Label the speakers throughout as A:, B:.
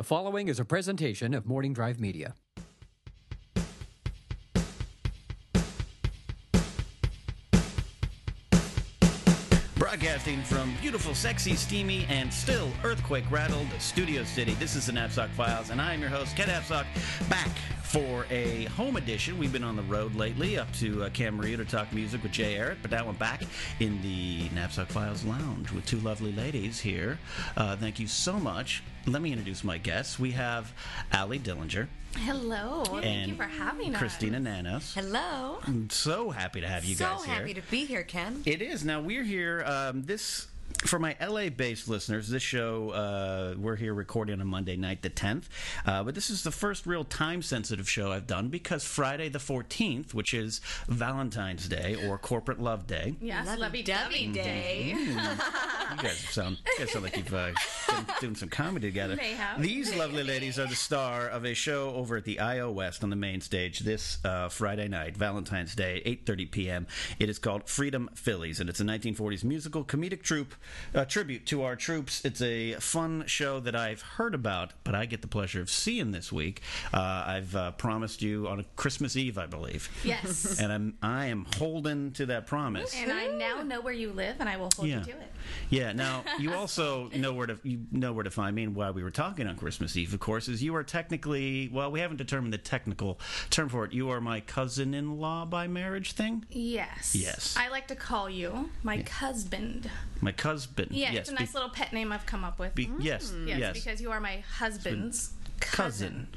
A: The following is a presentation of Morning Drive Media.
B: Broadcasting from beautiful, sexy, steamy, and still earthquake rattled Studio City. This is the Knapsack Files, and I'm your host, Ken Knapsack, back for a home edition. We've been on the road lately up to uh, Camarillo to talk music with Jay Eric, but now I'm back in the Knapsack Files Lounge with two lovely ladies here. Uh, thank you so much. Let me introduce my guests. We have Allie Dillinger.
C: Hello. Thank you
B: and
C: for having us.
B: Christina Nanos.
D: Hello.
B: I'm so happy to have you
D: so
B: guys here.
D: happy to be here, Ken.
B: It is. Now we're here. Um, this for my LA-based listeners. This show uh, we're here recording on Monday night, the 10th. Uh, but this is the first real time-sensitive show I've done because Friday the 14th, which is Valentine's Day or Corporate Love Day.
C: Yes,
D: Lovey
C: Lovey
D: Dovey
C: Dovey Day.
B: Mm. You guys sound, you guys sound like you've uh, been doing some comedy together.
C: Mayhap.
B: These lovely ladies are the star of a show over at the IO West on the main stage this uh, Friday night, Valentine's Day, 8:30 p.m. It is called Freedom Phillies, and it's a 1940s musical comedic troupe uh, tribute to our troops. It's a fun show that I've heard about, but I get the pleasure of seeing this week. Uh, I've uh, promised you on Christmas Eve, I believe.
C: Yes.
B: And I'm I am holding to that promise.
C: and I now know where you live, and I will hold you to it.
B: Yeah. Now you also know where to you know where to find me and why we were talking on Christmas Eve, of course, is you are technically well, we haven't determined the technical term for it. You are my cousin in law by marriage thing?
C: Yes.
B: Yes.
C: I like to call you my husband.
B: My husband.
C: Yeah,
B: yes.
C: it's a nice
B: be-
C: little pet name I've come up with.
B: be- yes,
C: yes,
B: yes.
C: because you are my husband's cousin.
B: cousin.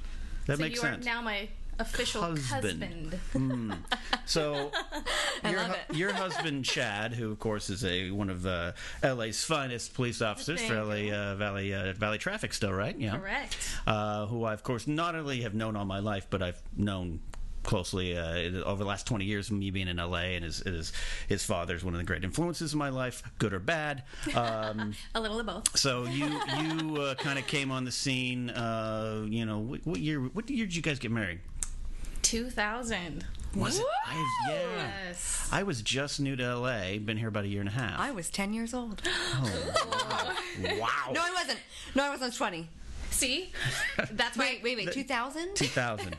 B: That
C: so
B: makes
C: you
B: sense.
C: are now my official
B: Husband. Mm.
C: husband.
B: So your, hu- your husband Chad, who of course is a one of uh, LA's finest police officers for
C: Thank
B: LA uh, Valley uh, Valley Traffic, still right? Yeah.
C: Correct.
B: Uh, who I of course not only have known all my life, but I've known closely uh, over the last 20 years of me being in LA and his his, his father is one of the great influences in my life good or bad um,
C: A little of both.
B: so you you uh, kind of came on the scene uh, you know what, what year what year did you guys get married
C: 2000.
B: was it I, yeah
C: Yes.
B: I was just new to LA, been here about a year and a half.
D: I was 10 years old.
B: wow.
D: No, I wasn't. No, I wasn't 20.
C: See? That's why.
D: Wait, wait, wait. 2000?
B: 2000.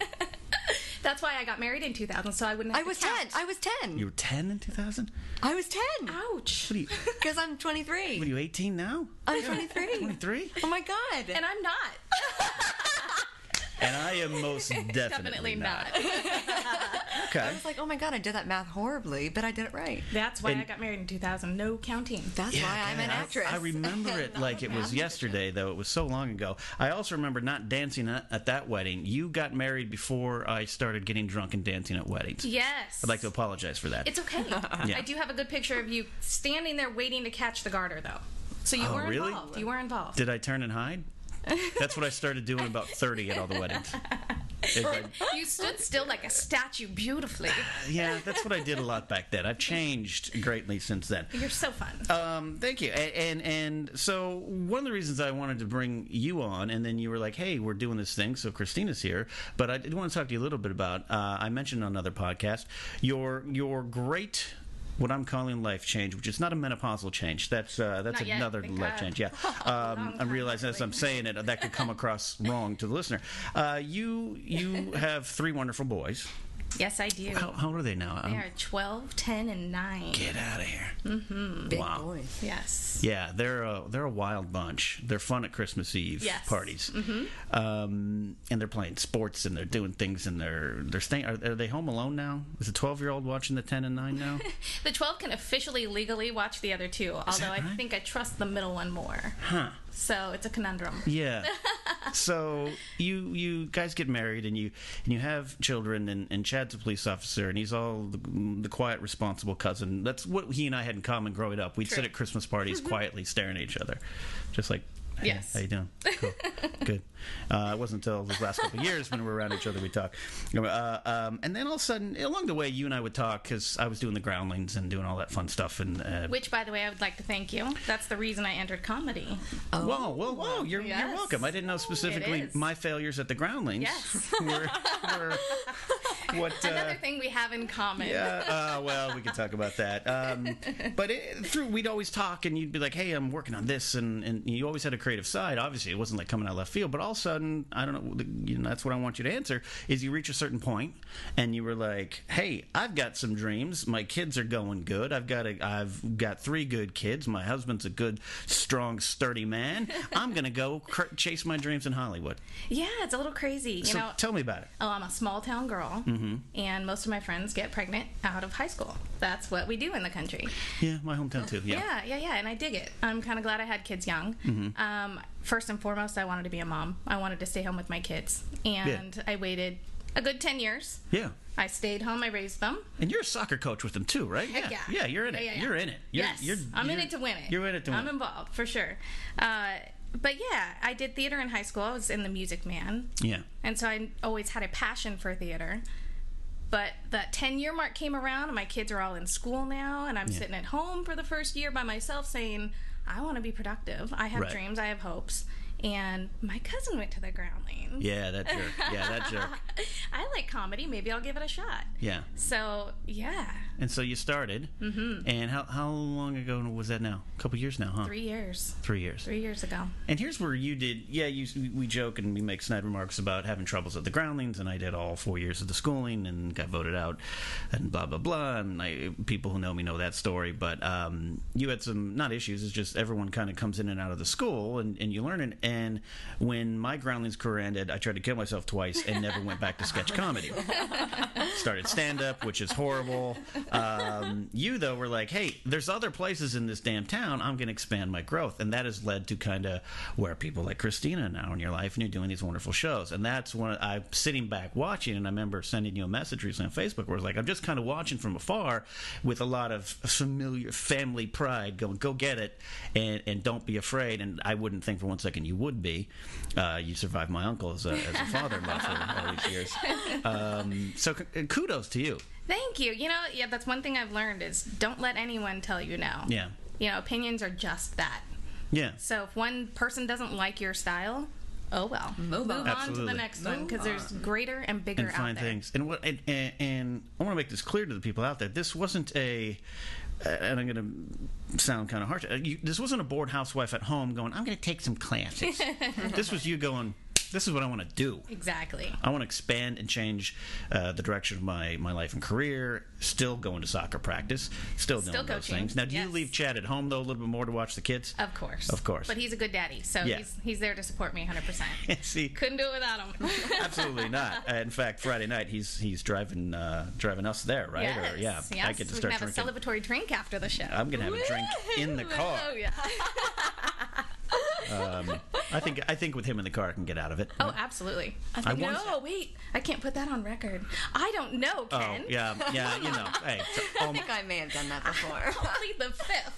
C: That's why I got married in 2000, so I wouldn't.
D: I
C: Have
D: was
C: to
D: 10.
C: count.
D: I was 10.
B: You were 10 in 2000?
D: I was 10.
C: Ouch.
B: What are you,
D: Because I'm
B: what are
D: 23.
B: you 18 now?
D: I'm 23.
B: 23?
D: Oh my God.
C: and I'm not.
B: And I am most definitely,
C: Definitely not.
B: Okay.
D: I was like, oh my God, I did that math horribly, but I did it right.
C: That's why I got married in 2000. No counting.
D: That's why I'm an
B: I-
D: actress.
B: I, remember it like it was yesterday, though. It was so long ago. I also remember not dancing at, at that wedding. You got married before I started getting drunk and dancing at weddings.
C: Yes.
B: I'd like to apologize for that.
C: It's okay. I do have a good picture of you standing there waiting to catch the garter, though. So you
B: Oh,
C: were
B: really?
C: involved. You were involved.
B: Did I turn and hide? That's what I started doing about 30 at all the weddings. If I-
C: you stood still like a statue beautifully.
B: yeah, that's what I did a lot back then. I've changed greatly since then.
C: You're so fun.
B: Um, thank you. And, and and so one of the reasons I wanted to bring you on, and then you were like, "Hey, we're doing this thing," so Christina's here. But I did want to talk to you a little bit about. Uh, I mentioned on another podcast your your great. What I'm calling life change, which is not a menopausal change. That's uh, that's
C: Not yet,
B: another
C: thank
B: life
C: God.
B: change. Yeah, um, I'm realizing as I'm saying it that could come across wrong to the listener. Uh, you you have three wonderful boys.
C: yes, I do.
B: How, how old are they now? Um,
C: They are 12, 10, and 9.
B: Get out of here!
D: Big
B: wow.
D: boy.
C: Yes.
B: Yeah, they're a they're a wild bunch. They're fun at Christmas Eve
C: Yes. Mm-hmm.
B: parties, um, and they're playing sports and they're doing things and they're they're staying. Are, are they home alone now? Is the twelve year old watching the ten and nine now?
C: The 12 can officially legally watch the other two, although I
B: right?
C: think I trust the middle one more.
B: huh?
C: So it's a conundrum.
B: Yeah. so you you guys get married and you and you have children and, and Chad's a police officer and he's all the, the quiet responsible cousin. That's what he and I had in common growing up. We'd sit
C: True.
B: at Christmas parties quietly staring at each other, just like
C: Yes.
B: How you doing? Cool. Good. Uh, it wasn't until the last couple of years when we were around each other we talked. Uh, um, and then all of a sudden, along the way, you and I would talk because I was doing the groundlings and doing all that fun stuff. And uh,
C: Which, by the way, I would like to thank you. That's the reason I entered comedy.
B: whoa, whoa, whoa! You're you're
C: Yes.
B: welcome. I didn't know specifically
C: is.
B: my failures at the groundlings
C: Yes.
B: were, were what. uh,
C: Another thing we have in common.
B: Yeah. Uh, well, we could talk about that. Um, but it, through, we'd always talk, and you'd be like, "Hey, I'm working on this," and, and you always had a creative side. Obviously, it wasn't like coming out of left field. But all of a sudden, I don't know. the- You know that's what I want you to answer. Is you reach a certain point, and you were like, "Hey, I've got some dreams. My kids are going good. I've got a, I've got three good kids. My husband's a good, strong, sturdy man. I'm gonna go cr- chase my dreams in Hollywood."
C: Yeah, it's a little crazy. You
B: so
C: know,
B: tell Mm-hmm. me about it.
C: Oh, I'm a small town girl, and most of my friends get pregnant out of high school. That's what we do in the country.
B: Yeah, my hometown too.
C: Yeah, yeah, yeah, and I dig it. I'm kind of glad I had kids young.
B: Mm-hmm.
C: Um, first and foremost, I wanted to be a mom. I wanted to stay home with my kids, and I waited a good ten years.
B: Yeah.
C: I stayed home. I raised them.
B: And you're a soccer coach with them too, right? Yeah.
C: yeah.
B: you're in it.
C: Yeah, yeah, yeah.
B: You're in it. You're,
C: yes,
B: You're,
C: I'm in
B: you're-
C: it to win it.
B: You're in it to win.
C: I'm involved for sure. Uh, but yeah, I did theater in high school. I was in the Music Man.
B: yeah.
C: And so I always had a passion for theater. But that 10 year mark came around, and my kids are all in school now, and I'm sitting at home for the first year by myself saying, I want to be productive. I have
B: Right.
C: dreams, I have hopes. And my cousin went to the groundling.
B: Yeah, that jerk. Yeah, that jerk.
C: I like comedy. Maybe I'll give it a shot.
B: Yeah.
C: So, yeah,
B: And so you started. Mm-hmm. And how, how long ago was that now? A couple years now, huh?
C: three years.
B: Three years.
C: Three years ago.
B: And here's where you did. Yeah, you, we joke and we make snide remarks about having troubles at the groundlings, and I did all four years of the schooling and got voted out, and blah blah blah. And I, people who know me know that story. But um, you had some not issues. It's just everyone kind of comes in and out of the school, and, and you learn it. And when my groundlings career ended, I tried to kill myself twice and never went back to sketch comedy. Started stand up, which is horrible. Um, you though were like, hey, there's other places in this damn town. I'm going to expand my growth, and that has led to kind of where people like Christina now in your life, and you're doing these wonderful shows. And that's when I'm sitting back watching, and I remember sending you a message recently on Facebook where it's like, I'm just kind of watching from afar with a lot of familiar family pride, going, go get it, and and don't be afraid. And I wouldn't think for one second you would be. Uh, you survived my uncle as a, as a father-in-law for all these years. Um, so k- kudos to you.
C: Thank you. You know, yeah, that's one thing I've learned is don't let anyone tell you no.
B: Yeah.
C: You know, opinions are just that.
B: Yeah.
C: So if one person doesn't like your style, oh well.
D: Move on.
C: to
B: Absolutely.
C: the next one because there's greater and bigger
B: and find
C: out there.
B: things. And what and, and, and I want to make this clear to the people out there. This wasn't a and I'm going to sound kind of harsh. uh, You, this wasn't a bored housewife at home going, "I'm going to take some classes." this was you going, "This is what I want to do."
C: Exactly.
B: I want to expand and change uh, the direction of my, my life and career. Still going to soccer practice. Still doing
C: Still
B: those
C: coaching,
B: things. Now, do you
C: yes.
B: leave Chad at home though a little bit more to watch the kids?
C: Of course.
B: Of course.
C: But he's a good daddy, so
B: Yeah.
C: he's he's there to support me 100%.
B: See,
C: Couldn't do it without him.
B: Absolutely not. Uh, In fact, Friday night he's he's driving uh, driving us there, right?
C: yes.
B: Or, yeah,
C: Yes.
B: I get to
C: we
B: start
C: can
B: drinking.
C: have a celebratory drink after the show.
B: I'm gonna have a drink in the car.
C: Oh yeah.
B: I think I think with him in the car, I can get out of it.
C: Oh, absolutely.
B: I once-
C: no, wait. I can't put that on record. I don't know,
B: Oh,
C: Ken.
B: yeah, yeah. You know, hey, so all,
D: I think I may have done that before.
C: Plead the fifth.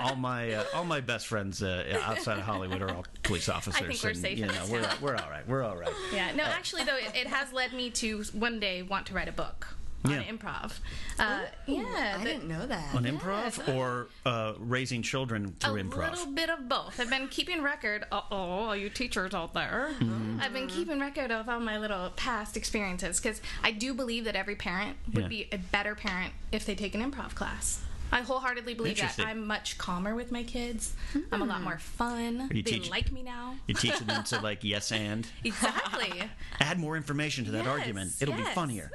B: all my uh, all my best friends uh, outside of Hollywood are all police officers.
C: we're
B: and,
C: safe
B: You
C: in
B: know,
C: this
B: we're
C: town.
B: we're all right. We're all right.
C: Yeah. No, actually, though, it, it has led me to one day want to write a book on
B: Yeah.
C: improv. Uh, yeah.
D: I
C: the-
D: didn't know that.
B: On improv or uh, raising children
C: a
B: through improv.
C: little bit of both. I've been keeping record. Uh oh, all you teachers out there. I've been keeping record of all my little past experiences because I do believe that every parent would
B: Yeah.
C: be a better parent if they take an improv class. I wholeheartedly believe that.
B: Interesting.
C: I'm much calmer with my kids. I'm a lot more fun.
B: you
C: They
B: teach-
C: like me now.
B: You're teaching them to like yes and
C: Exactly.
B: add more information to that
C: Yes,
B: argument. It'll be
C: yes.
B: funnier.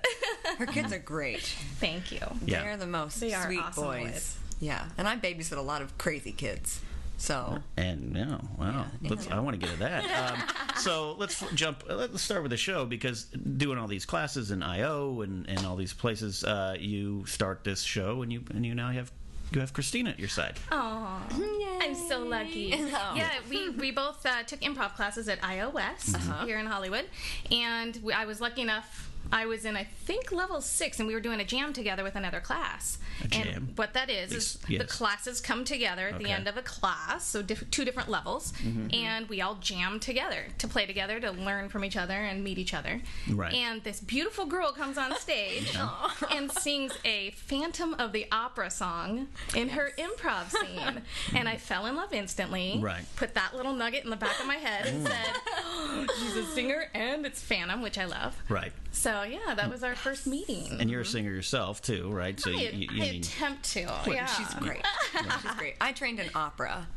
D: Her kids are great.
C: Thank you.
B: Yeah.
D: They're the most
C: They are
D: sweet
C: awesome
D: boys.
C: boys.
D: Yeah, and I babysit a lot of crazy kids. So
B: And no, wow, let's, I want to get to that. Um, so let's f- jump. Let's start with the show because doing all these classes in IO and, and all these places, uh, you start this show and you and you now have you have Christina at your side.
C: Oh, I'm so lucky.
B: Oh.
C: Yeah, we, we
B: Uh-huh.
C: both uh, took improv classes at IO West here in Hollywood, and we, I was lucky enough I was in, I think, level six, and we were doing a jam together with another class. A
B: jam?
C: And what that is is
B: Yes.
C: the classes come together at
B: Okay. Mm-hmm.
C: the end of a class, so diff- two different levels, and we all jam together to play together, to learn from each other, and meet each other.
B: Right.
C: And this beautiful girl comes on stage and sings a Phantom of the Opera song in her improv scene, and I fell in love instantly.
B: Right.
C: Put that little nugget in the back of my head and said, oh, "She's a singer, and it's Phantom, which I love."
B: Right.
C: So yeah, that was our first meeting.
B: And you're a singer yourself too, right? So
C: I, I attempt to. Yeah.
D: She's great. She's great. I trained in opera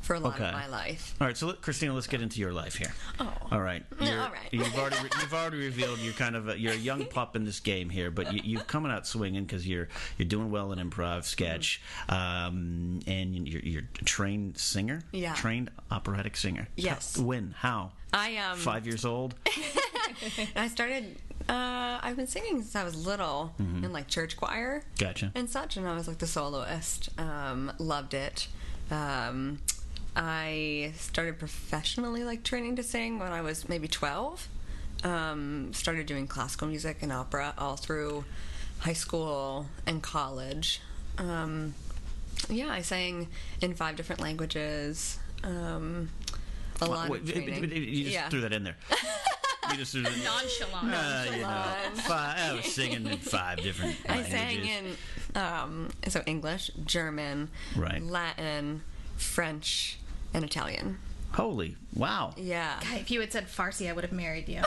D: for a lot
B: Okay.
D: of my life.
B: All right, so let, Christina, let's get into your life here. Oh. All right. You're-
D: all right.
B: You've already re- you've already revealed you're kind of a, you're a young pup in this game here, but you, you've coming out swinging because you're you're doing well in improv sketch, um, and you're, you're a trained singer.
D: Yeah.
B: Trained operatic singer.
D: Yes.
B: How- when? How?
D: I um
B: Five years old.
D: I started uh, I've been singing since I was little
B: Mm-hmm.
D: in like church choir.
B: Gotcha.
D: and such and i was like the soloist um, loved it um, i started professionally like training to sing when i was maybe 12 um, started doing classical music and opera all through high school and college um, yeah i sang in five different languages um, a lot
B: Wait,
D: of training.
B: you just
D: yeah.
B: threw that in there. you just threw that in there.
C: nonchalant.
B: Uh, you know, five, I was singing in five different
D: I
B: languages.
D: sang in um, so English, German,
B: Right.
D: Latin, French, and Italian.
B: Holy wow!
D: Yeah.
C: If you had said Farsi, I would have married you.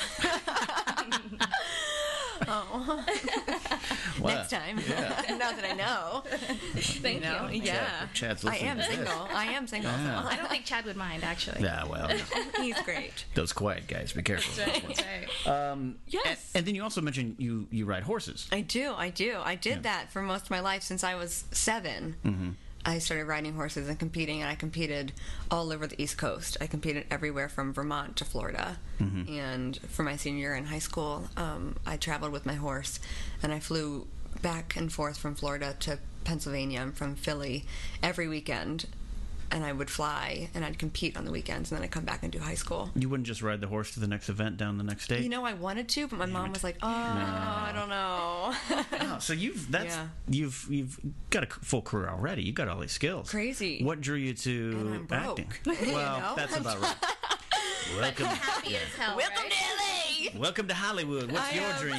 B: Wow.
D: Next time. now that I know.
C: Thank
D: You know?
C: you.
D: Yeah.
B: Chad's
D: I
B: listening
D: am
B: to this.
D: single. I am single.
B: Yeah.
C: I don't think Chad would mind actually.
B: Yeah, well,
D: He's great.
B: those quiet guys, be careful.
C: That's right, that's right.
D: Yes.
B: And, and then you also mentioned you you ride horses.
D: I do. I do. I did that for most of my life since I was 7 I started riding horses and competing, and I competed all over the East Coast. I competed everywhere from Vermont to Florida. And for my senior year in high school, um, I traveled with my horse, and I flew back and forth from Florida to Pennsylvania and from Philly every weekend. And I would fly, and I'd compete on the weekends, and then I'd come back and do high school.
B: You wouldn't just ride the horse to the next event down the next day.
D: You know, I wanted to, but my mom was like, "Oh, I don't know."
B: Wow, Oh, so you've that's
D: Yeah.
B: you've you've got a c- full career already. You got all these skills.
D: Crazy.
B: What drew you to
D: And I'm broke.
B: acting? Well,
D: You know?
B: that's about right. Welcome,
C: Happy as hell. right?
D: to LA.
B: welcome to Hollywood. What's
D: I,
B: your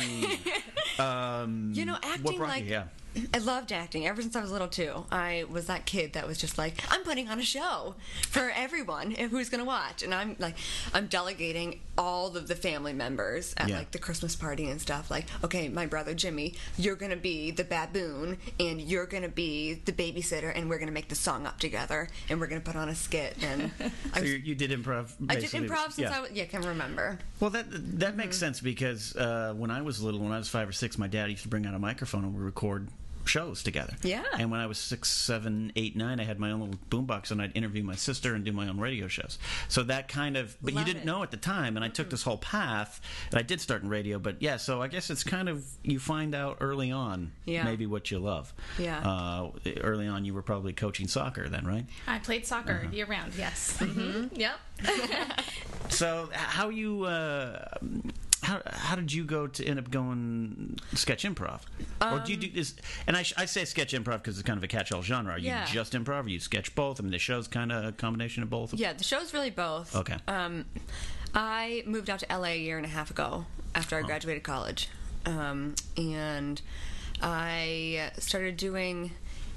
D: um,
B: dream?
D: You know,
B: What
D: acting
B: brought
D: like
B: you? Yeah.
D: I loved acting ever since I was little too. I was that kid that was just like, I'm putting on a show for everyone who's going to watch, and I'm like, I'm delegating all of the family members at
B: Yeah.
D: like the Christmas party and stuff. Like, okay, my brother Jimmy, you're going to be the baboon, and you're going to be the babysitter, and we're going to make the song up together, and we're going to put on a skit. And I,
B: So
D: was,
B: you, you did improv.
D: I did
B: basically.
D: improv since
B: Yeah.
D: I was, yeah, can remember.
B: Well, that that
D: Mm-hmm.
B: makes sense because uh, when I was little, when I was five or six, my dad used to bring out a microphone and we record shows together.
D: Yeah.
B: And when I was six, seven, eight, nine, I had my own little boombox and I'd interview my sister and do my own radio shows. So that kind of, but
D: Love
B: you didn't
D: it.
B: know at the time, and I took this whole path. And I did start in radio, but yeah. So I guess it's kind of you find out early on,
D: Yeah.
B: maybe what you love.
D: Yeah.
B: Uh, early on, you were probably coaching soccer then, right?
C: I played soccer year round. Yes. hmm Yep.
B: So h- how you uh, how how did you go to end up going sketch improv? or do you
D: Um,
B: do is and I, sh- I say sketch improv because it's kind of a catch-all genre. Are you
D: Yeah.
B: just improv? Or you sketch both? I mean, the show's kind of a combination of both.
D: Yeah, the show's really both.
B: Okay.
D: Um, I moved out to LA a year and a half ago after I graduated college. Um, and I started doing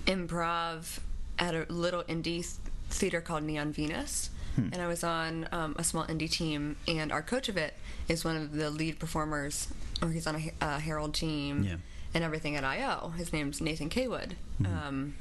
D: improv at a little indie th- theater called Neon Venus.
B: Hmm.
D: And I was on um, a small indie team, and our coach of it is one of the lead performers, or he's on a, H- uh Herald team
B: Yeah.
D: and everything at IO. His name's Nathan Kaywood. Um,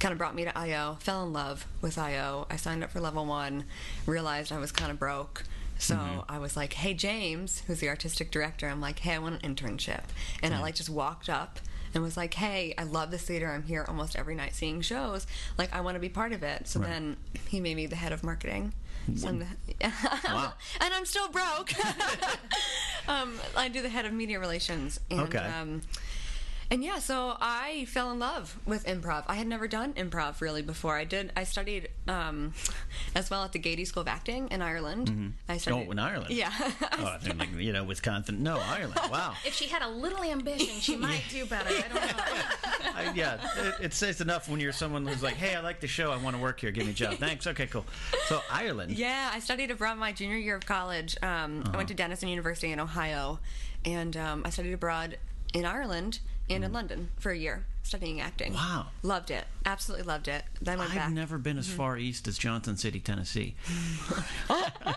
D: kind of brought me to IO, fell in love with IO. I signed up for level one, realized I was kind of broke. So I was like, hey, James, who's the artistic director, I'm like, hey, I want an internship. And I like just walked up and was like, hey, I love this theater. I'm here almost every night seeing shows. Like, I want to be part of it. So then he made me the head of marketing. So I'm the-
B: Wow.
D: and I'm still broke. um, I do the head of media relations. And,
B: Okay.
D: Um, And yeah, so I fell in love with improv. I had never done improv really before. I did. I studied um, as well at the Gaiety School of Acting in Ireland. I studied.
B: Oh, in Ireland.
D: Yeah.
B: Oh, I think like, you know, Wisconsin. No, Ireland. Wow.
C: If she had a little ambition, she might do better. I don't know.
B: I, yeah, it, it says enough when you're someone who's like, "Hey, I like the show. I want to work here. Give me a job. Thanks. Okay, cool." So Ireland.
D: Yeah, I studied abroad my junior year of college. Um, I
B: Uh-huh.
D: went to Denison University in Ohio, and um, I studied abroad in Ireland and in London for a year studying acting.
B: Mm-hmm. Wow.
D: Loved it. Absolutely loved it. Then went
B: I've
D: back. Mm-hmm.
B: never been as far east as Johnson City, Tennessee.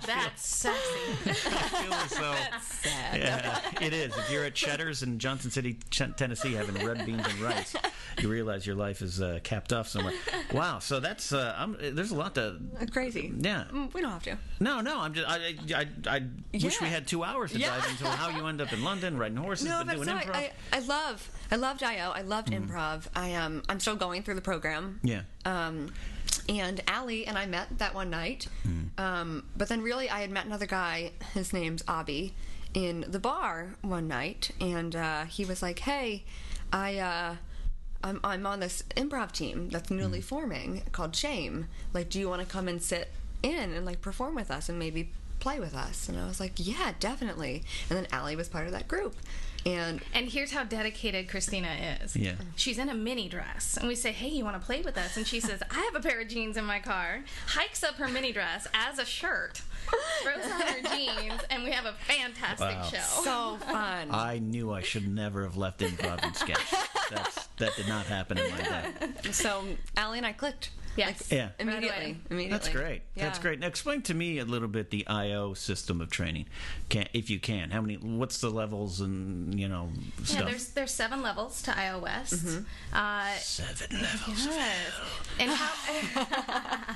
C: That's sexy.
B: feel as though- Yeah, it is. If you're at Cheddar's in Johnson City, Ch- Tennessee, having red beans and rice, you realize your life is uh, capped off somewhere. Wow. So that's uh, I'm, there's a lot to.
D: Crazy.
B: Yeah.
D: Mm, We don't have to.
B: No, no. I'm just. I. I. I, I wish we
D: Yeah.
B: had two hours to
D: Yeah.
B: dive into how you end up in London riding horses,
D: No,
B: but
D: but
B: doing
D: so
B: improv. Mm-hmm.
D: I, I, I love I loved IO. I loved improv. I um I'm still going through the program.
B: Yeah.
D: Um, and Allie and I met that one night. Um, but then really I had met another guy. His name's Abby, in the bar one night, and uh, he was like, "Hey, I." Uh, I'm, I'm on this improv team that's newly forming called Shame. Like, do you want to come and sit in and like perform with us and maybe play with us? And I was like, yeah, definitely. And then Allie was part of that group. And
C: And here's how dedicated Christina is.
B: Yeah.
C: She's in a mini dress, and we say, "Hey, you want to play with us?" And she says, "I have a pair of jeans in my car." Hikes up her mini dress as a shirt, throws on her jeans, and we have a fantastic
B: Wow.
C: show.
D: so fun.
B: I knew I should never have left improv and sketch. That's, that did not happen in my day.
D: so Allie and I clicked.
C: Yes.
B: Yeah.
D: Immediately.
C: Right away.
D: Immediately.
B: That's great. That's
D: Yeah.
B: great. Now explain to me a little bit the IO system of training, can if you can. How many? What's the levels and you know
C: Yeah,
B: stuff?
C: there's there's seven levels to iOS.
B: Mm-hmm.
C: Uh,
B: Seven levels.
C: Yes. And how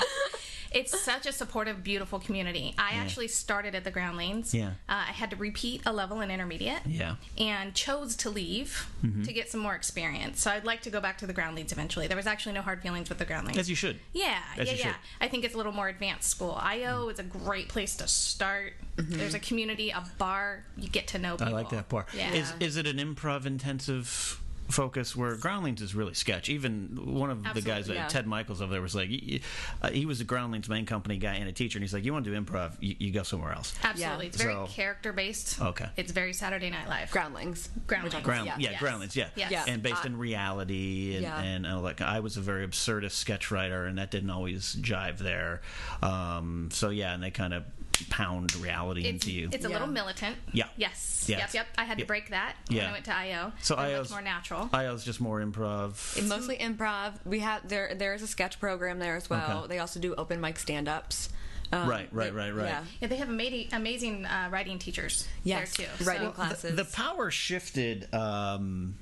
C: It's such a supportive, beautiful community. I actually started at the Groundlings.
B: Yeah.
C: Uh, I had to repeat a level in intermediate.
B: Yeah. Mm-hmm.
C: And chose to leave to get some more experience. So I'd like to go back to the Groundlings eventually. There was actually no hard feelings with the Groundlings.
B: As you should.
C: Yeah,
B: As
C: yeah,
B: you
C: yeah.
B: should. Mm-hmm.
C: I think it's a little more advanced school. IO is a great place to start. There's a community, a bar. You get to know people.
B: I like that part.
C: Yeah.
B: Is is it an improv intensive focus where Groundlings is really sketch? Even one of the guys,
D: Absolutely,
B: uh,
D: yeah.
B: Ted Michaels over there, was like, he, uh, he was a Groundlings main company guy and a teacher, and he's like, you want to do improv, you, you go somewhere else.
C: Absolutely.
D: Yeah.
C: It's very
B: So-
C: character based.
B: Okay.
C: It's very Saturday Night Live.
D: Groundlings.
C: Groundlings.
B: Ground, yeah,
D: Yeah.
C: Yes.
B: Groundlings, yeah.
C: Yes. Yeah.
B: and based in reality, and,
D: Yeah.
B: and uh, like I was a very absurdist sketch writer, and that didn't always jive there. Um, so yeah, and they kind of pound reality
C: It's,
B: into you.
C: it's a
D: Yeah.
C: little militant.
B: Yeah.
C: Yes.
B: Yeah.
C: Yep. Yep. I had
B: Yeah.
C: to break that when
B: Yeah.
C: I went to IO.
B: so
C: I
B: IO's
C: looked more natural.
B: IO's just more improv.
D: It's mostly improv. We have there. There is a sketch program there as well.
B: Okay.
D: They also do open mic stand-ups. Um,
B: Right, right, right, right.
D: Yeah.
C: yeah, they have amazing, amazing uh, writing teachers
D: Yes.
C: there too.
D: Writing
C: So-
D: classes.
B: The power shifted. Um,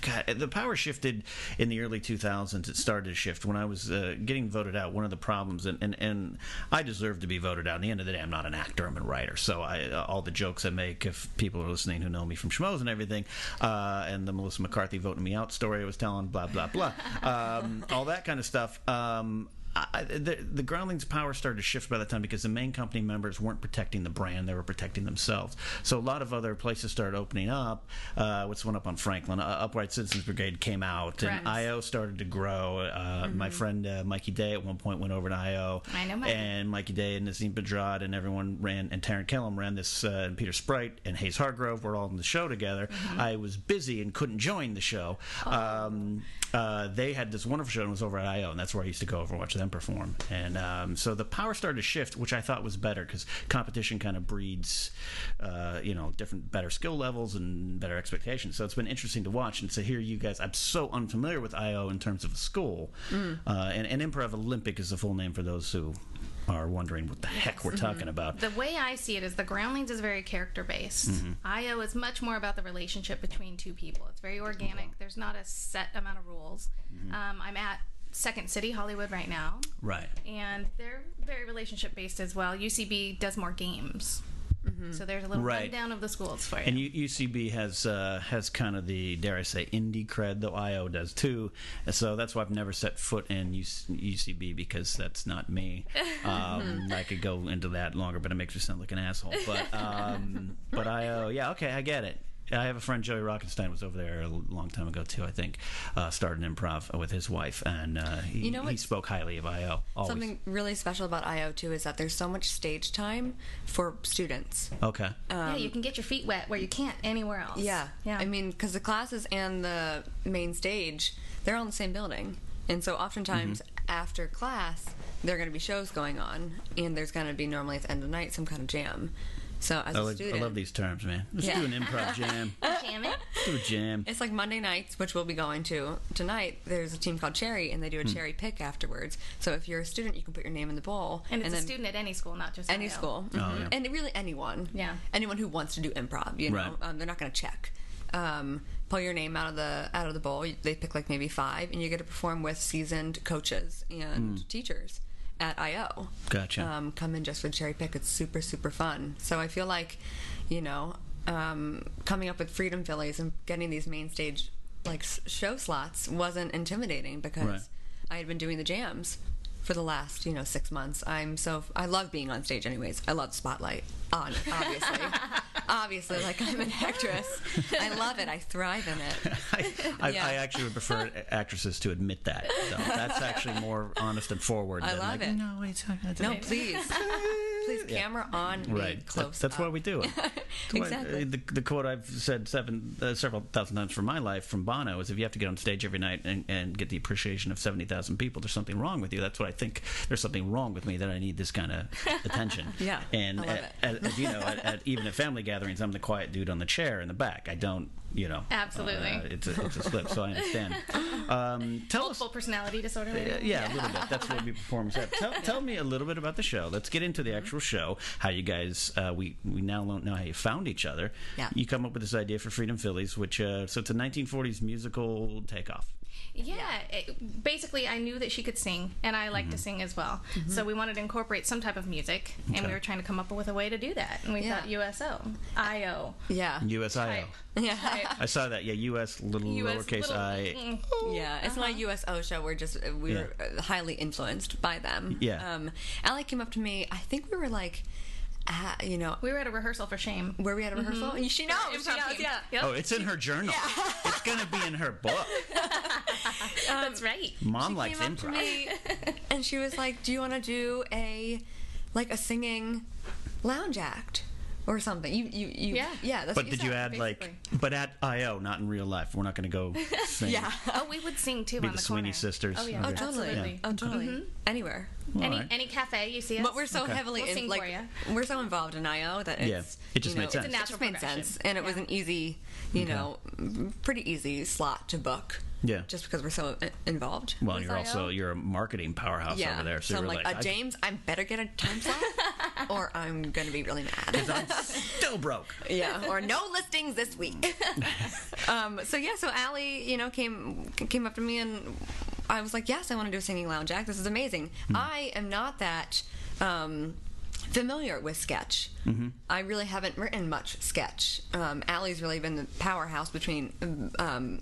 B: God, the power shifted in the early 2000s. It started to shift when I was uh, getting voted out. One of the problems, and, and, and I deserve to be voted out. At the end of the day, I'm not an actor. I'm a writer. So I, uh, all the jokes I make, if people are listening who know me from Schmoes and everything, uh, and the Melissa McCarthy voting me out story I was telling, blah blah blah, um, all that kind of stuff. Um, I, the, the groundlings power started to shift by that time because the main company members weren't protecting the brand they were protecting themselves so a lot of other places started opening up uh, what's one up on franklin uh, upright citizens brigade came out and
C: Correct.
B: io started to grow uh, my friend uh, mikey day at one point went over to io
C: Mm-hmm. I know Mikey.
B: and mikey day and nazim Badrad and everyone ran and taryn kellum ran this uh, and peter sprite and hayes hargrove were all in the show together i was busy and couldn't join the show um, uh, they had this wonderful show and it was over at IO, and that's where I used to go over and watch them perform. And um, so the power started to shift, which I thought was better because competition kind of breeds, uh, you know, different, better skill levels and better expectations. So it's been interesting to watch and to hear you guys. I'm so unfamiliar with IO in terms of a school, uh, and, and Improv Olympic is the full name for those who are wondering what the heck we're
D: mm-hmm.
B: talking about.
C: The way I see it is the Groundlings is very character based.
B: Mm-hmm.
C: IO is much more about the relationship between two people. It's very
B: Mm-hmm.
C: organic. There's not a set amount of rules. Um, I'm at Second City Hollywood right now,
B: Right.
C: and they're very relationship based as well. UCB does more games,
D: Mm-hmm.
C: so there's a little
B: Right.
C: rundown of the schools for you.
B: And U- UCB has uh, has kind of the dare I say indie cred, though IO does too. And So that's why I've never set foot in UC- UCB because that's not me. Um, I could go into that longer, but it makes me sound like an asshole. But um, but IO, yeah, okay, I get it. I have a friend Joey Rockenstein was over there a l- long time ago too. I think uh, started improv with his wife, and uh, he,
D: You know
B: he
D: what's-
B: spoke highly of IO. Always.
D: Something really special about IO too is that there's so much stage time for students.
B: okay.
C: yeah, you can get your feet wet where you can't anywhere else.
D: Yeah,
C: yeah.
D: I mean, because the classes and the main stage, they're all in the same building, and so oftentimes after class, there are going to be shows going on, and there's going to be normally at the end of the night some kind of jam. So as
B: I,
D: a
B: like, I
D: student,
B: love these terms, man. Let's
D: Yeah.
B: do an improv jam.
C: jam it.
B: do a jam.
D: It's like Monday nights, which we'll be going to tonight. There's a team called Cherry, and they do a cherry pick afterwards. So if you're a student, you can put your name in the bowl,
C: And it's a
D: then
C: student at any school, not just
D: any
C: IO.
D: school, Mhm.
B: Oh, yeah.
D: and really anyone,
C: Yeah.
D: anyone who wants to do improv, you know,
B: Right.
D: um, they're not going to check. Um, pull your name out of the out of the bowl. They pick like maybe five, and you get to perform with seasoned coaches and teachers at IO.
B: Mm. Gotcha.
D: Um, come in just for the cherry pick. It's super super fun. So I feel like, you know, um, coming up with Freedom Phillies and getting these main stage like s- show slots wasn't intimidating because
B: Right.
D: I had been doing the jams for the last, you know, six months. I'm so I love being on stage, anyways. I love the spotlight. On obviously, obviously, like I'm an actress. I love it. I thrive in it.
B: I, I,
D: Yeah.
B: I actually would prefer actresses to admit that. So that's actually more honest and forward.
D: I
B: than
D: love
B: like,
D: it.
B: No, it's, it's
D: No, please, please, camera on me,
B: right. That-
D: close.
B: that's
D: up.
B: why we do it.
D: Exactly.
B: Uh, The, the quote I've said seven, uh, several thousand times from my life from Bono is if you have to get on stage every night and, and get the appreciation of 70,000 people, there's something wrong with you. That's what I think. There's something wrong with me that I need this kind of attention.
D: Yeah,
B: And
D: I love
B: at, at- as you know, at, at, even at family gatherings, I'm the quiet dude on the chair in the back. I don't, you know.
C: Absolutely.
B: uh, it's, a, it's a slip, so I understand. Um, tell us.
C: Multiple personality disorder.
B: Yeah,
C: maybe?
B: Uh, yeah, a little bit. That's what we perform. at. Tell, tell me a little bit about the show. Let's get into the actual show. How you guys? Uh, we we now don't know how you found each other.
D: Yeah.
B: You come up with this idea for Freedom Phillies, which uh, so it's a 1940s musical takeoff.
C: Yeah, it- basically, I knew that she could sing, and I like
B: Mm-hmm.
C: to sing as well.
D: Mm-hmm.
C: So we wanted to incorporate some type of music, and we
B: Okay.
C: were trying to come up with a way to do that. And we
D: Yeah.
C: thought USO, IO,
D: Yeah,
B: USIO.
D: yeah,
C: type,
B: I saw that. Yeah, US little
C: US
B: lowercase
C: little-
B: i.
C: mm.
D: yeah. It's not a USO show. We're just we
B: Yeah.
D: were uh, highly influenced by them.
B: Yeah.
D: Um, Allie came up to me. I think we were like, at, you know,
C: We were at a rehearsal for Shame.
D: were we at a rehearsal? And She knows.
C: Improv
D: She knows.
C: team.
D: Yeah.
C: Yep.
B: Oh, it's in her journal. It's gonna be in her book.
C: that's right.
B: Mom
D: She
B: likes
D: came up to
B: improv.
D: me and she was like, "Do you want to do a like a singing lounge act or something?" You you you
C: Yeah.
D: yeah that's
B: But
D: what
B: did you
D: said,
B: add like? But at IO, not in real life. We're not gonna go. Sing.
D: Yeah.
C: Oh, we would sing too
B: Be
C: on
B: the
C: the,
B: Sweeney
C: corner.
B: Sisters.
C: Oh yeah,
B: Okay.
D: Oh totally.
C: absolutely. Mm-hmm.
D: Oh totally. Anywhere.
B: All
C: Any
B: right.
C: any cafe you see us,
D: But we're so heavily
C: We'll
D: in
C: sing
D: like
C: for ya.
D: we're so involved in IO that it's
B: Yeah. It just
D: you know,
B: made sense. It's a
D: It just
C: natural
D: made
C: progression.
D: sense, and it was
C: Yeah.
D: an easy, you know, m- pretty easy slot to book.
B: Yeah.
D: just because we're so i- involved.
B: Well, you're
C: I
B: also
C: out?
B: you're a marketing powerhouse
D: yeah,
B: over there, so,
D: so I'm
B: you're
D: like,
B: like,
D: uh, James, I better get a time slot, or I'm gonna be really mad.
B: I, am still broke.
D: yeah, or no listings this week. um, so yeah, so Allie, you know, came came up to me and I was like, yes, I want to do a singing lounge act. This is amazing. I am not that um, familiar with sketch. I really haven't written much sketch. Um, Allie's really been the powerhouse between. Um,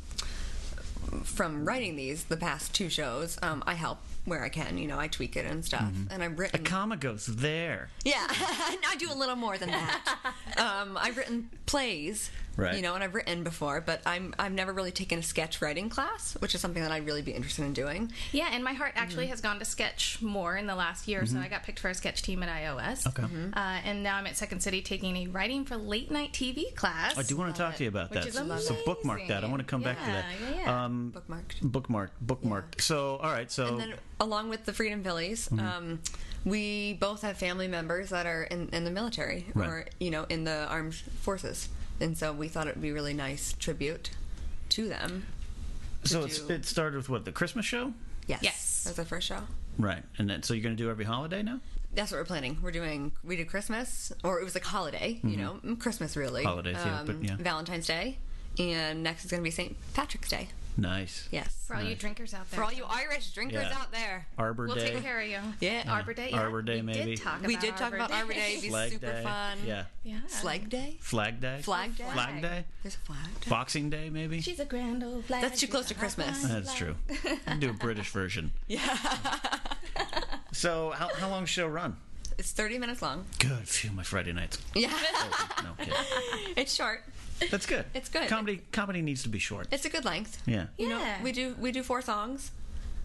D: from writing these, the past two shows, um, I help where I can. You know, I tweak it and stuff, and I've written.
B: Comma goes there.
D: Yeah, I do a little more than that. um, I've written plays,
B: Right.
D: you know, and I've written before, but I'm I've never really taken a sketch writing class, which is something that I'd really be interested in doing.
C: Yeah, and my heart
B: Mm-hmm.
C: actually has gone to sketch more in the last year, so I got picked for a sketch team at iOS.
B: Okay.
D: Mm-hmm.
C: Uh, and now I'm at Second City taking a writing for late night TV class.
B: I do want to talk to you about
C: Which
B: that.
C: is
B: so, so bookmark that. I want to come back to that.
C: amazing. Yeah, yeah.
B: Um,
D: Bookmarked.
B: bookmarked. Bookmarked. So, all right. So,
D: And then, along with the Freedom Phillies,
B: Mm-hmm.
D: um, we both have family members that are in, in the military
B: Right.
D: or you know in the armed forces, and so we thought it would be a really nice tribute to them.
B: so
D: did
B: it's,
D: you-
B: it started with what the Christmas show,
D: Yes,
C: Yes.
D: that's our first show.
B: right? And then, so you're going to do every holiday now.
D: That's what we're planning. We're doing. We did Christmas, or it was like holiday. You know, mm, Christmas really.
B: Mm-hmm.
D: Um,
B: Holidays, yeah, but yeah.
D: Valentine's Day, and next is going to be St. Patrick's Day.
B: Nice.
D: Yes.
C: For all you drinkers out there,
D: For all you Irish drinkers
B: Yeah.
D: out there,
B: Arbor
C: we'll
B: Day.
C: take care of you.
D: Yeah.
C: Arbor Day. Yeah.
B: Arbor Day,
C: we
B: maybe.
C: Did talk
D: we
C: about
D: did talk about Arbor Day. It'd be
B: Flag
D: super
B: Day.
D: fun.
B: Yeah.
C: Yeah.
D: Slag Day.
B: Flag Day.
D: Flag Day.
B: Flag Day.
D: There's a flag. Day.
B: Boxing Day, maybe.
C: She's a grand old flag.
D: That's too close to Christmas.
B: That's true. You can do a British version. Yeah. so, how, how long show run?
D: It's 30 minutes long.
B: Good. Phew, my Friday nights.
D: Yeah,
B: No kidding.
D: it's short.
B: That's good.
D: It's good.
B: Comedy comedy needs to be short.
D: It's a good length.
B: Yeah.
D: You know,
C: Yeah.
D: we do we do four songs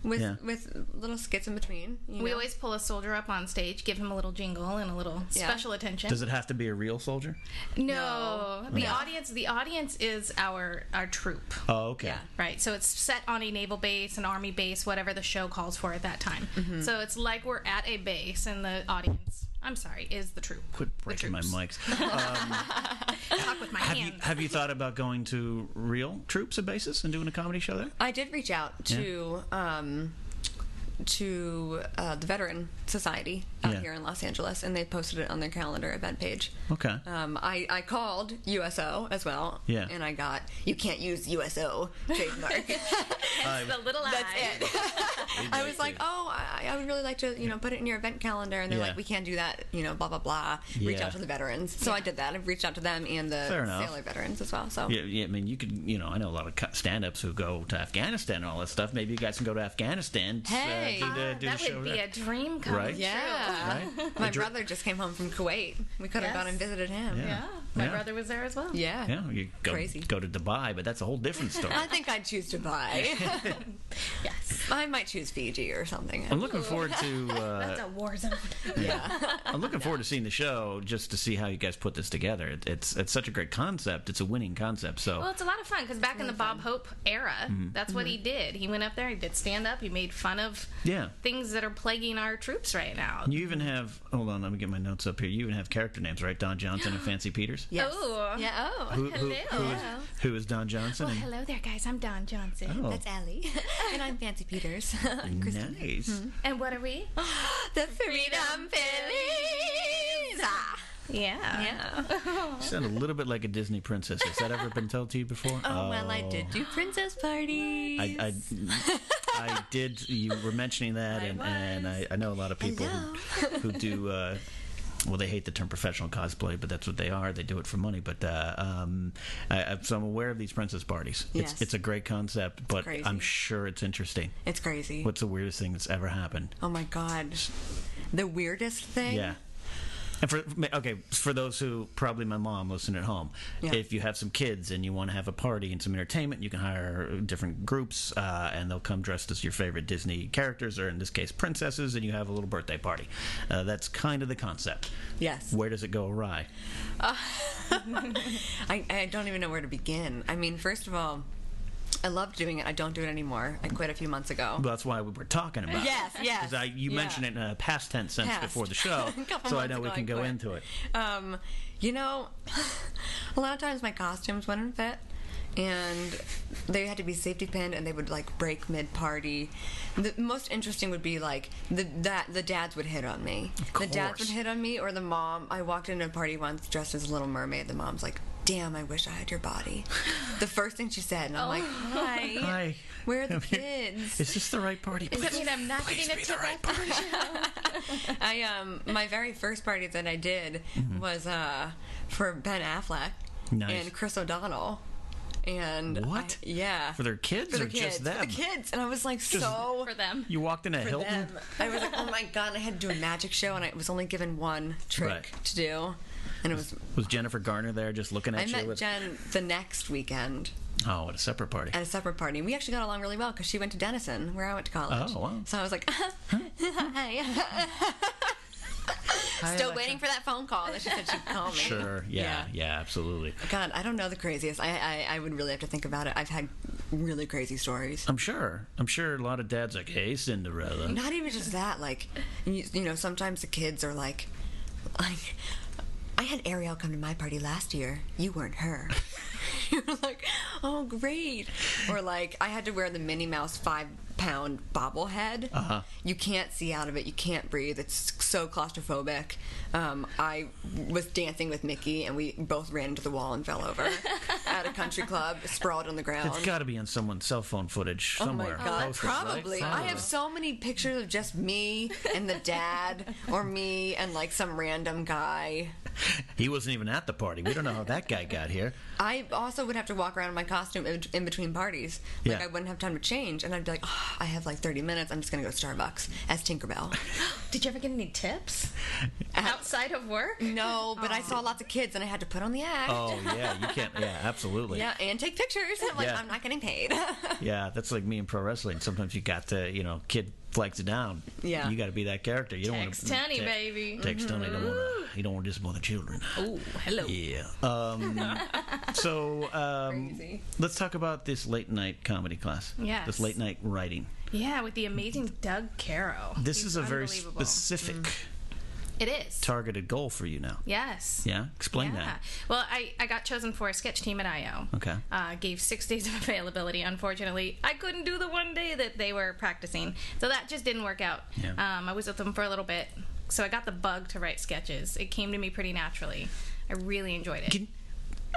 D: with
B: Yeah.
D: with little skits in between. You
C: We
D: know?
C: always pull a soldier up on stage, give him a little jingle and a little
D: Yeah.
C: special attention.
B: Does it have to be a real soldier?
C: no,
D: No.
C: the
D: No.
C: audience. The audience is our our troop,
B: Oh, okay.
D: Yeah.
C: right? So it's set on a naval base, an army base, whatever the show calls for at that time.
D: Mm-hmm.
C: So it's like we're at a base, and the audience. I'm sorry, is the troop.
B: Quit breaking my
C: troops.
B: mics. Uh,
C: Talk with my
B: Have you
C: hands.
B: have you thought about going to real troops and bases and doing a comedy show there?
D: I did reach out to um, to uh, the Veteran Society out
B: Yeah.
D: here in Los Angeles, and they posted it on their calendar event page.
B: Okay.
D: Um, I, I called USO as well.
B: Yeah.
D: And I got you can't use USO trademark.
C: the little eye.
D: I was like, oh, I, I would really like to, you know, put it in your event calendar, and they're
B: Yeah.
D: like, we can't do that, you know, blah blah blah. Reach
B: Yeah.
D: out to the veterans. So I did that. I've reached out to them and the
B: Fair enough.
D: sailor veterans as well. So
B: Yeah, yeah, I mean, you could, you know, I know a lot of co- stand-ups who go to Afghanistan and all that stuff. Maybe you guys can go to Afghanistan. uh,
D: Hey.
B: do the, do the
C: Ah, that
B: show
C: would be
B: there.
C: a dream come
B: Right?
C: true.
D: Yeah.
B: Right?
D: My
B: A dr-
D: brother just came home from Kuwait. We could
C: Yes.
D: have gone and visited him.
C: Yeah. Ah, My
B: Yeah.
C: brother was there as well.
D: Yeah.
B: Yeah, you go,
D: Crazy.
B: go to Dubai, but that's a whole different story.
D: I think I'd choose Dubai.
C: Yes.
D: I might choose Fiji or something.
B: I'm looking forward to uh,
C: That's a war zone.
B: I'm looking forward to seeing the show just to see how you guys put this together. It, it's it's such a great concept. It's a winning concept. So
C: Well, it's a lot of fun because back in the Bob Hope era,
B: Mm-hmm.
C: that's what he
D: Mm-hmm.
C: did. He went up there, he did stand up, he made fun of
B: Yeah.
C: things that are plaguing our troops right now.
B: you even have hold on, let me get my notes up here. You even have character names, right? Don Johnson and Fancy Peters.
D: Yes.
C: Oh.
D: Yeah. Oh.
B: Who, who, who is,
D: Hello.
B: who is Don Johnson?
C: Well,
B: and-
C: hello there, guys. I'm Don Johnson.
B: Oh,
D: That's Allie. and I'm Fancy Peters.
B: nice.
C: And what are we?
D: the Freedom Phillies. Ah.
C: Yeah.
D: Yeah.
B: You sound a little bit like a Disney princess. Has that ever been told to you before?
D: Oh, well, I did do princess parties.
B: I, I, I did. You were mentioning that, and, and I, I know a lot of people who, who do. Uh, well, they hate the term professional cosplay, but that's what they are. They do it for money. But uh, um, I, I- so I'm aware of these princess parties. It's,
D: Yes.
B: it's a great concept, but
D: crazy.
B: I'm sure it's interesting.
D: It's crazy.
B: What's the weirdest thing that's ever happened?
D: Oh my god. The weirdest thing.
B: Yeah. And for okay, for those who probably my mom listen at home,
D: Yeah.
B: if you have some kids and you want to have a party and some entertainment, you can hire different groups, uh, and they'll come dressed as your favorite Disney characters, or in this case, princesses, and you have a little birthday party. Uh, that's kind of the concept.
D: Yes.
B: Where does it go awry?
D: I, I don't even know where to begin. I mean, first of all, I loved doing it. I don't do it anymore. I quit a few months ago.
B: Well, that's why we were talking about.
D: Yes,
B: it.
D: yes.
B: 'Cause I, you
D: Yeah.
B: mentioned it in a past tense sense
D: Past.
B: before the show,
D: A couple
B: so I
D: months
B: know we
D: ago,
B: can
D: I
B: go
D: quit.
B: into it.
D: Um, you know, a lot of times my costumes wouldn't fit, and they had to be safety pinned, and they would like break mid party. The most interesting would be like the that the dads would hit on me. the dads
B: course.
D: would hit on me, or the mom. I walked into a party once dressed as a Little Mermaid. The mom's like. Damn, I wish I had your body. The first thing she said, and I'm like, "Hi,
B: Hi.
D: where are the
B: Come here.
D: kids?"
B: Is this the right party?
C: Does that mean I'm not getting a tip after the show?
D: I um my very first party that I did was uh for Ben Affleck
B: Mm-hmm. Nice.
D: and Chris O'Donnell. And I-
B: What?
D: yeah.
B: For their kids
D: For their
B: or
D: kids.
B: just them?
D: For the kids. And I was like so
C: For them.
B: You walked in a
D: for
B: Hilton.
D: them. I was like, oh my god, and I had to do a magic show and I was only given one trick
B: Right.
D: to do. And it was
B: Was Jennifer Garner there just looking at
D: I
B: you?
D: met
B: with,
D: Jen the next weekend
B: oh, at a separate party.
D: at a separate party. We actually got along really well because she went to Denison, where I went to college.
B: Oh, wow.
D: So I was like, hi. Still waiting for that phone call that she said she'd call me.
B: Sure. Yeah, yeah. absolutely.
D: God, I don't know the craziest. I, I I would really have to think about it. I've had really crazy stories.
B: I'm sure. I'm sure a lot of dads like, hey, Cinderella.
D: Not even just that. Like, you, you know, sometimes the kids are like, like, I had Ariel come to my party last year. You weren't her. You're like, oh great. Or like, I had to wear the Minnie Mouse five pound bobblehead. Uh-huh. You can't see out of it. You can't breathe. It's so claustrophobic. Um, I was dancing with Mickey, and we both ran into the wall and fell over at a country club, sprawled on the ground.
B: It's got to be on someone's cell phone footage somewhere.
D: Oh my god,
B: posted, right?
D: probably. I have so many pictures of just me and the dad, or me and like some random guy.
B: He wasn't even at the party. We don't know how that guy got here.
D: I also would have to walk around in my costume in, in between parties. Like
B: Yeah.
D: I wouldn't have time to change, and I'd be like, oh, I have like 30 minutes. I'm just gonna go to Starbucks as Tinkerbell.
C: Did you ever get any tips outside of work?
D: no, but I saw lots of kids, and I had to put on the act.
B: Oh yeah, you can't. Yeah, absolutely.
D: Yeah, and take pictures. I'm like,
B: Yeah.
D: I'm not getting paid.
B: Yeah, that's like me in pro wrestling. Sometimes you got to, you know, kid flags it down.
D: Yeah.
B: you got to be that character. You don't
C: Text
B: want
C: Tony, baby.
B: Text Tony. Don't
D: Mm-hmm.
B: want to. You don't want to disappoint the children.
C: Oh, hello.
B: Yeah. Um, so um,
D: Crazy.
B: let's talk about this late night comedy class.
C: Yes.
B: This late night writing.
C: Yeah, with the amazing Doug Caro.
B: This
C: He's
B: is a very
C: unbelievable. Mm.
B: specific
C: It is.
B: targeted goal for you now.
C: yes.
B: Yeah. Explain
C: Yeah.
B: that.
C: Well, I, I got chosen for a sketch team at IO.
B: Okay.
C: Uh, gave six days of availability. Unfortunately, I couldn't do the one day that they were practicing, so that just didn't work out.
B: Yeah.
C: Um, I was with them for a little bit, so I got the bug to write sketches. It came to me pretty naturally. I really enjoyed it.
B: Can,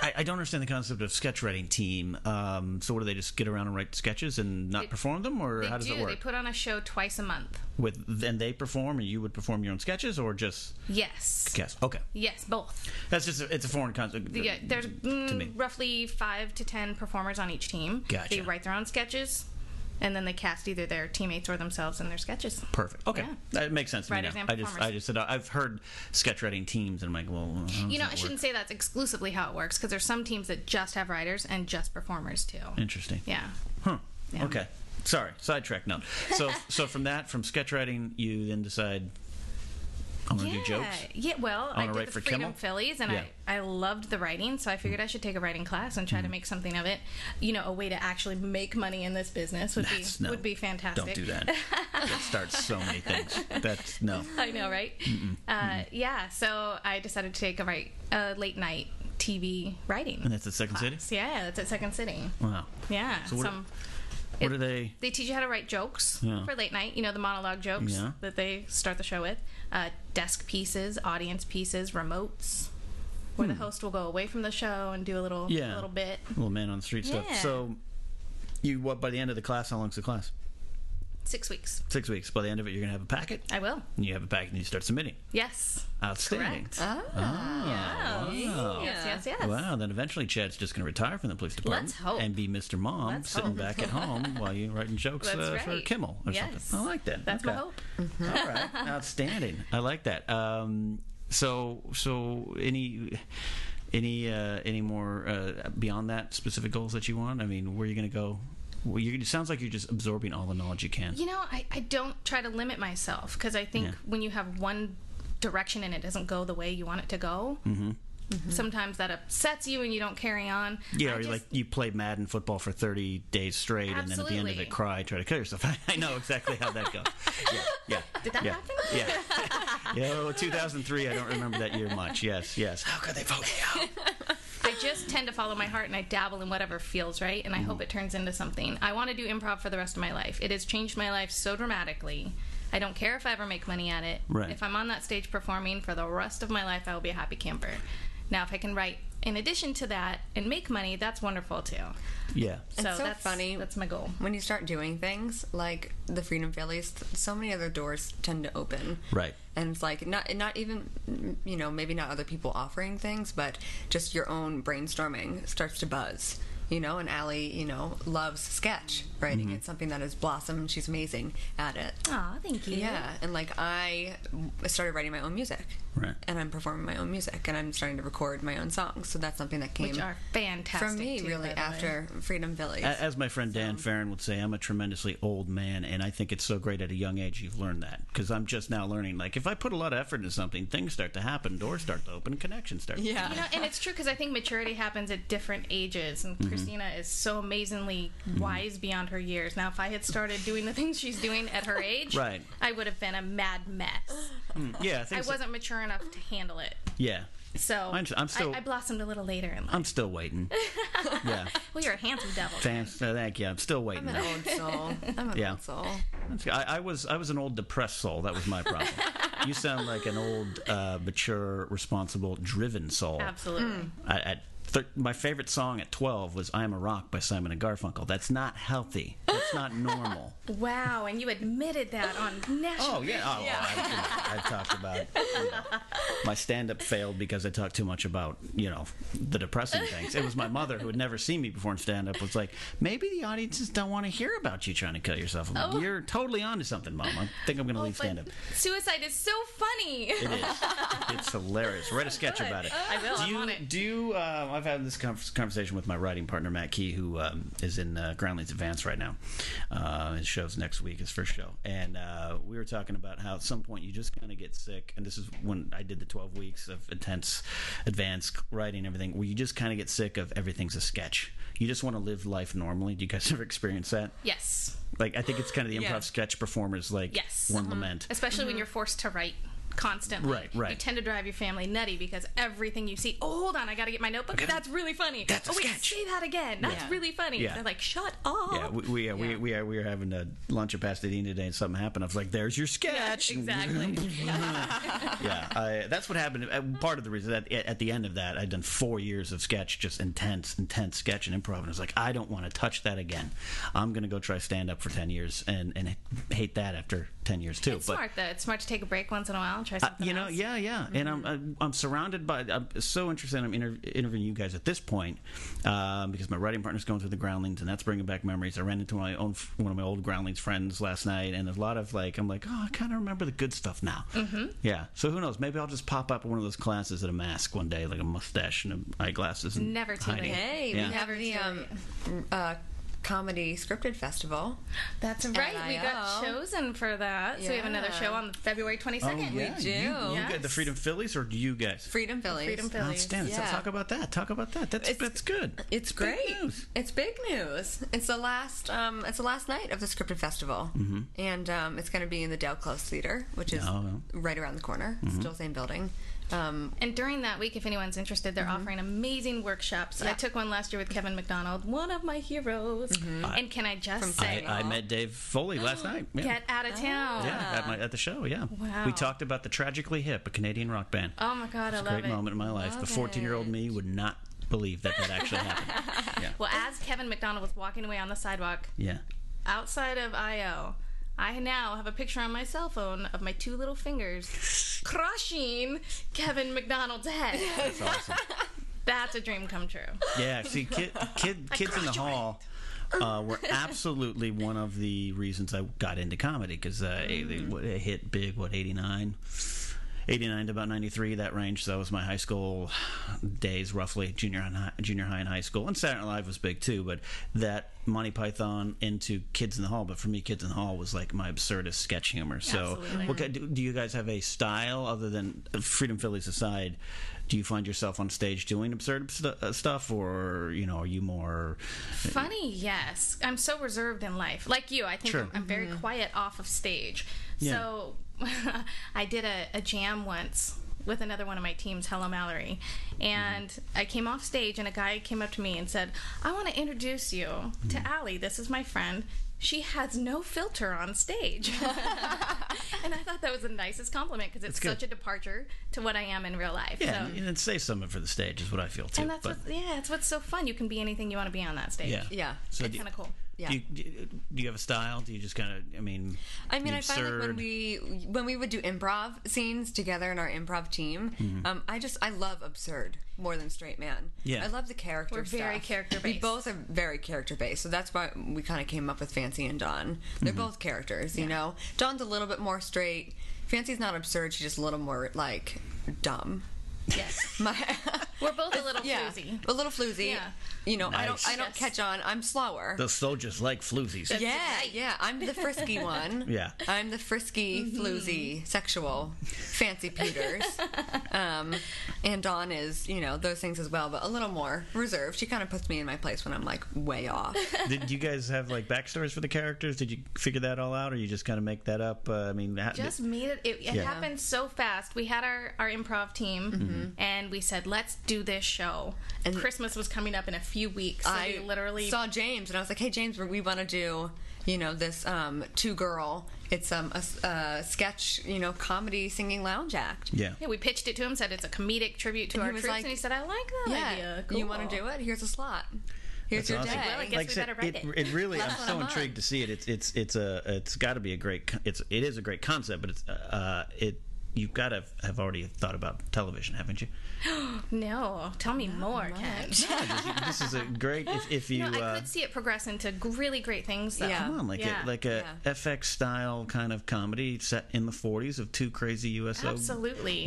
B: I, I don't understand the concept of sketch writing team. Um, so, what do they just get around and write sketches and not perform them, or
C: they
B: how does
C: do.
B: it work?
C: They put on a show twice a month.
B: With and they perform, and you would perform your own sketches, or just
C: Yes.
B: guess. Okay,
C: Yes, both.
B: that's just a, it's a foreign concept.
C: Yeah, there's
B: to
C: mm,
B: me.
C: roughly five to ten performers on each team.
B: Gotcha.
C: They write their own sketches, and then they cast either their teammates or themselves in their sketches.
B: Perfect. Okay,
C: Yeah.
B: that makes sense to
C: Writers
B: me now.
C: and
B: I just I
C: performers.
B: just said uh, I've heard sketch writing teams, and I'm like, well, how does
C: You know,
B: that
C: I shouldn't
B: work?
C: say that's exclusively how it works because there's some teams that just have writers and just performers too.
B: Interesting.
C: Yeah.
B: Huh. Okay. Sorry. Sidetrack note. So so from that, from sketch writing, you then decide I'm gonna do jokes.
C: Yeah, well,
B: wanna
C: I, did
B: write
C: the
B: for
C: Freedom
B: Kimmel.
C: Phillies, and
B: Yeah. Hmm.
C: I, I loved the writing, so I figured I should take a writing class and try to make something of it. You know, a way to actually make money in this business would
B: That's
C: be
B: no.
C: would be fantastic.
B: Don't do that. that starts so many things. That's no.
C: I know, right? Uh, Yeah, so I decided to take a right, uh, late night TV writing.
B: And that's at Second City.
C: So yeah, that's at Second City.
B: Wow.
C: Yeah.
B: So what-
C: some-
B: What are they?
C: they teach you how to write jokes
B: Yeah.
C: for late night. You know, the monologue jokes
B: Yeah.
C: that they start the show with. Uh, desk pieces, audience pieces, remotes, where the host will go away from the show and do a little,
B: Hmm. Yeah.
C: a little bit.
B: Little man on the street stuff.
C: Yeah.
B: So you what? By the end of the class, how long's the class?
C: Six weeks.
B: Six weeks. By the end of it, you're gonna have a packet.
C: I will.
B: And you have a packet, and you start submitting.
C: Yes.
B: Outstanding.
C: Correct.
B: Oh, Wow.
C: Yes, yes, yes.
B: Wow, then eventually Chad's just going to retire from the police department
C: Let's hope.
B: and be Mr. Mom
C: Let's
B: sitting
C: hope.
B: back at home while you're writing jokes
C: That's
B: uh, for
C: right.
B: Kimmel or
C: Yes.
B: something. I like that.
C: That's my
B: Okay.
C: hope.
B: All right, outstanding. I like that. Um, so, so any any uh, any more uh, beyond that specific goals that you want? I mean, where are you going to go? Well, you, it sounds like you're just absorbing all the knowledge you can.
C: You know, I, I don't try to limit myself because I think
B: Yeah.
C: when you have one direction and it doesn't go the way you want it to go,
B: Mm-hmm.
D: Mm-hmm.
C: sometimes that upsets you and you don't carry on.
B: Yeah,
C: I
B: or
C: just-
B: like you play Madden football for 30 days straight, and then at the end of
C: Absolutely.
B: it, cry, try to kill yourself. I know exactly how that goes. Yeah, yeah.
C: Did that
B: yeah,
C: happen?
B: Yeah. yeah, oh, 2003, I don't remember that year much. Yes, yes. How could they vote me out?
C: I just tend to follow my heart and I dabble in whatever feels right, and I
B: Mm-hmm.
C: hope it turns into something. I want to do improv for the rest of my life. It has changed my life so dramatically. I don't care if I ever make money at it.
B: Right.
C: If I'm on that stage performing for the rest of my life, I will be a happy camper. Now, if I can write in addition to that and make money, that's wonderful too.
B: Yeah.
D: It's so
C: that's
D: funny.
C: That's my goal.
D: when you start doing things like the Freedom Phillies, th- so many other doors tend to open.
B: Right.
D: And it's like not not even mm, you know maybe not other people offering things, but just your own brainstorming starts to buzz. You know, and Allie, you know, loves sketch writing.
B: Mm-hmm.
D: It's something that has blossomed. and She's amazing at it.
C: Aw, thank you.
D: Yeah, and like I w- started writing my own music,
B: Right.
D: And I'm performing my own music, and I'm starting to record my own songs. So that's something that came
C: Which are fantastic.
D: from me
C: too,
D: really
C: by the way.
D: after Freedom Phillies.
B: A- As my friend Dan Farron would say, I'm a tremendously old man, and I think it's so great at a young age you've learned that because I'm just now learning. Like, if I put a lot of effort into something, things start to happen, doors start to open, connections start.
D: yeah,
C: You know, and it's true because I think maturity happens at different ages, and Christina is so amazingly wise beyond her years. Now, if I had started doing the things she's doing at her age,
B: Right.
C: I would have been a mad mess.
B: Yeah, I think
C: I
B: so.
C: wasn't mature enough to handle it,
B: Yeah,
C: so
B: I'm s- I'm still-
C: I, I blossomed a little later in life.
B: I'm still waiting. yeah,
C: well, you're a handsome devil.
B: thanks. uh, Thank you. I'm still waiting.
D: I'm an old soul. I'm an
B: Yeah.
D: old soul.
B: That's good. I, I was I was an old depressed soul. That was my problem. you sound like an old, uh, mature, responsible, driven soul.
C: Absolutely.
B: I, at thir- my favorite song at twelve was "I'm a Rock" by Simon and Garfunkel. That's not healthy. That That's not normal.
C: Wow, and you admitted that on national.
B: Oh yeah, oh, I, I talked about you know, my stand-up failed because I talked too much about you know the depressing things. It was my mother who had never seen me before in stand-up was like, maybe the audiences don't want to hear about you trying to kill yourself. I'm
C: Oh.
B: like, You're totally onto something, mom. I think I'm going to leave
C: But
B: stand-up.
C: suicide is so funny.
B: It is. It's hilarious. Write a sketch
C: good.
B: about it.
C: I will.
B: Do
C: I'm
B: you,
C: on it.
B: Do you, uh, I've had this con- conversation with my writing partner Matt Key, who um, is in uh, Groundlings Advance right now. Uh, his show's next week, his first show, and uh, we were talking about how at some point you just kind of get sick. And this is when I did the twelve weeks of intense advanced writing and everything, where you just kind of get sick of everything's a sketch. You just want to live life normally. Do you guys ever experience that?
C: yes,
B: Like, I think it's kind of the improv
D: Yeah.
B: sketch performers, like
C: Yes. Uh-huh.
B: one lament.
C: especially when you're forced to write constantly.
B: Mm-hmm. Right, right.
C: You tend to drive your family nutty because everything you see. Oh, hold on, I got to get my notebook. That's really funny.
B: That's a
C: oh wait,
B: sketch."
C: say that again. That's
D: Yeah.
C: really funny.
B: Yeah.
C: They're like, shut up.
B: Yeah, we we, uh, we
D: Yeah.
B: we are we were having a lunch at Pasadena today, and something happened. I was like, "There's your sketch."
C: exactly.
B: yeah, I, that's what happened. Uh, Part of the reason at, at the end of that, I'd done four years of sketch, just intense, intense sketch and improv, and I was like, "I don't want to touch that again. I'm going to go try stand up for ten years and and hate that after ten years too."
C: It's smart though. It's smart to take a break once in a while and try something
B: Uh, you know,
C: else.
B: yeah, yeah, and
D: Mm-hmm.
B: I'm I'm- I'm surrounded by. I'm so interested. I'm inter- interviewing you guys at this point um, because my writing partner's going through the Groundlings, and that's bringing back memories. I ran into my own one of my old Groundlings friends last night, and there's a lot of like, I'm like, oh, I kind of remember the good stuff now. Mm-hmm. Yeah. So who knows? Maybe I'll just pop up at one of those classes in a mask one day, like a mustache and a eyeglasses. And
C: Never too
B: hiding.
C: late.
D: Hey,
B: Yeah.
D: we have the um, uh, comedy scripted festival.
C: That's right. We got
D: NIL.
C: chosen for that. So we have another
D: Yeah.
C: show on February 22nd.
D: do.
B: Oh, You, you
D: Yes.
B: got the Freedom Phillies, or do you guys?
D: Freedom Phillies.
C: Freedom Phillies.
B: Outstanding. So
D: Yeah.
B: talk about that. Talk about that. That's
D: It's-
B: that's good.
D: It's
B: Big
D: great.
B: news.
D: It's big news. It's the last. Um, it's the last night of the scripted festival, mm-hmm. and um, it's going to be in the Del Close Theater, which is
B: Oh, Mm-hmm.
D: right around the corner. Still same building. Um,
C: And during that week, if anyone's interested, they're offering amazing workshops. I
D: Yeah.
C: took one last year with Kevin McDonald, one of my heroes.
B: Mm-hmm.
C: And can I just
D: From
C: say,
D: Sydney.
B: I, I met Dave Foley last night. Yeah.
C: get out of town?
B: Yeah, at, my, at the show, yeah.
C: Wow.
B: We talked about the Tragically Hip, a Canadian rock band.
C: Oh my God, I love
B: Great
C: it.
B: moment in my life. The 14 year old me would not believe that that actually happened.
C: Well, as Kevin McDonald was walking away on the sidewalk
B: Yeah.
C: outside of IO, I now have a picture on my cell phone of my two little fingers crushing Kevin McDonald's head. That's awesome. That's a dream come true.
B: Yeah, see, kid, kid, kids in the hall. Uh, were absolutely one of the reasons I got into comedy because uh, it- it, what- it hit big, what, 89? 89 to about 93, that range. So that was my high school days, roughly, junior high, junior high and high school. And Saturday Night Live was big too, but that Monty Python into Kids in the Hall. But for me, Kids in the Hall was like my absurdist sketch humor. So, what, ki- do, do you guys have a style other than Freedom Phillies aside? Do you find yourself on stage doing absurd st- uh, stuff, or you know, are you more?
C: Funny, yes. I'm so reserved in life. Like you, I think
B: Sure.
C: I'm, I'm very quiet off of stage.
B: Yeah.
C: So I did a, a jam once with another one of my teams, Hello Mallory. And
B: Mm-hmm.
C: I came off stage, and a guy came up to me and said, I want to introduce you to
B: Mm-hmm.
C: Allie. This is my friend. She has no filter on stage. and I thought that was the nicest compliment because
B: That's
C: it's
B: good.
C: such a departure to what I am in real life.
B: Yeah,
C: so.
B: and, and save something for the stage is what I feel too.
C: And that's
B: but-
C: what's, yeah, that's what's so fun. You can be anything you want to be on that stage.
B: yeah,
D: yeah.
B: So
C: It's
B: do-
C: kind of cool.
D: Yeah.
B: Do you, do you have a style? Do you just kind of? I mean,
D: I mean,
B: the
D: I find like when
B: absurd-
D: we when we would do improv scenes together in our improv team, um, I just I love absurd more than straight man.
B: Mm-hmm. Yeah.
D: I love the character.
C: We're very
D: stuff. We
C: character-based.
D: both are very character based, so that's why we kind of came up with Fancy and Dawn. They're
B: Mm-hmm.
D: both characters, you know. Dawn's a little bit more straight. Fancy's not absurd. She's just a little more like dumb.
C: Yes.
D: My,
C: We're both a little
D: yeah,
C: floozy.
D: a little floozy.
C: Yeah.
D: You know,
B: Nice.
D: I don't I don't
C: Yes.
D: catch on. I'm slower.
B: the soldiers like floozies.
D: yeah, yeah. I'm the frisky one.
B: Yeah.
D: I'm the frisky,
C: Mm-hmm.
D: floozy, sexual, fancy Peters. um, and Dawn is, you know, those things as well, but a little more reserved. She kind of puts me in my place when I'm like way off.
B: Did you guys have like backstories for the characters? Did you figure that all out, or you just kind of make that up? Uh, I mean, how,
C: Just made it. It, it
B: Yeah.
C: happened so fast. We had our, our improv team,
D: Mm-hmm.
C: and we said, "Let's do this show." And Christmas was coming up in a few weeks, so
D: I
C: we literally
D: saw James and I was like, hey, James, we want to do, you know, this um, two girl, it's um, a s- uh, sketch, you know, comedy singing lounge act.
B: yeah.
C: yeah, we pitched it to him. Said it's a comedic tribute to
D: And he
C: our
D: was
C: troops,
D: like,
C: and he said, "I like that
D: Yeah,
C: idea.
D: you want to
C: Cool."
D: do it? Here's a slot. Here's
B: That's
D: your
B: awesome.
D: day.
C: Well, I guess
B: Like I
C: we
B: said,
C: better write it.
B: it, it really, I'm
D: Last one
B: so
D: a month.
B: intrigued to see it. It's it's it's a it's got to be a great. co- It's it is a great concept, but it's uh it you've got to have already thought about television, haven't you?
C: No, tell me more, Ken.
B: this is a great if, if you
C: No, I
B: uh,
C: could see it progress into g- really great things. Though.
D: Yeah.
B: come on like
C: Yeah.
B: a like a FX style kind of comedy set in the 40s of two crazy USO
C: Absolutely.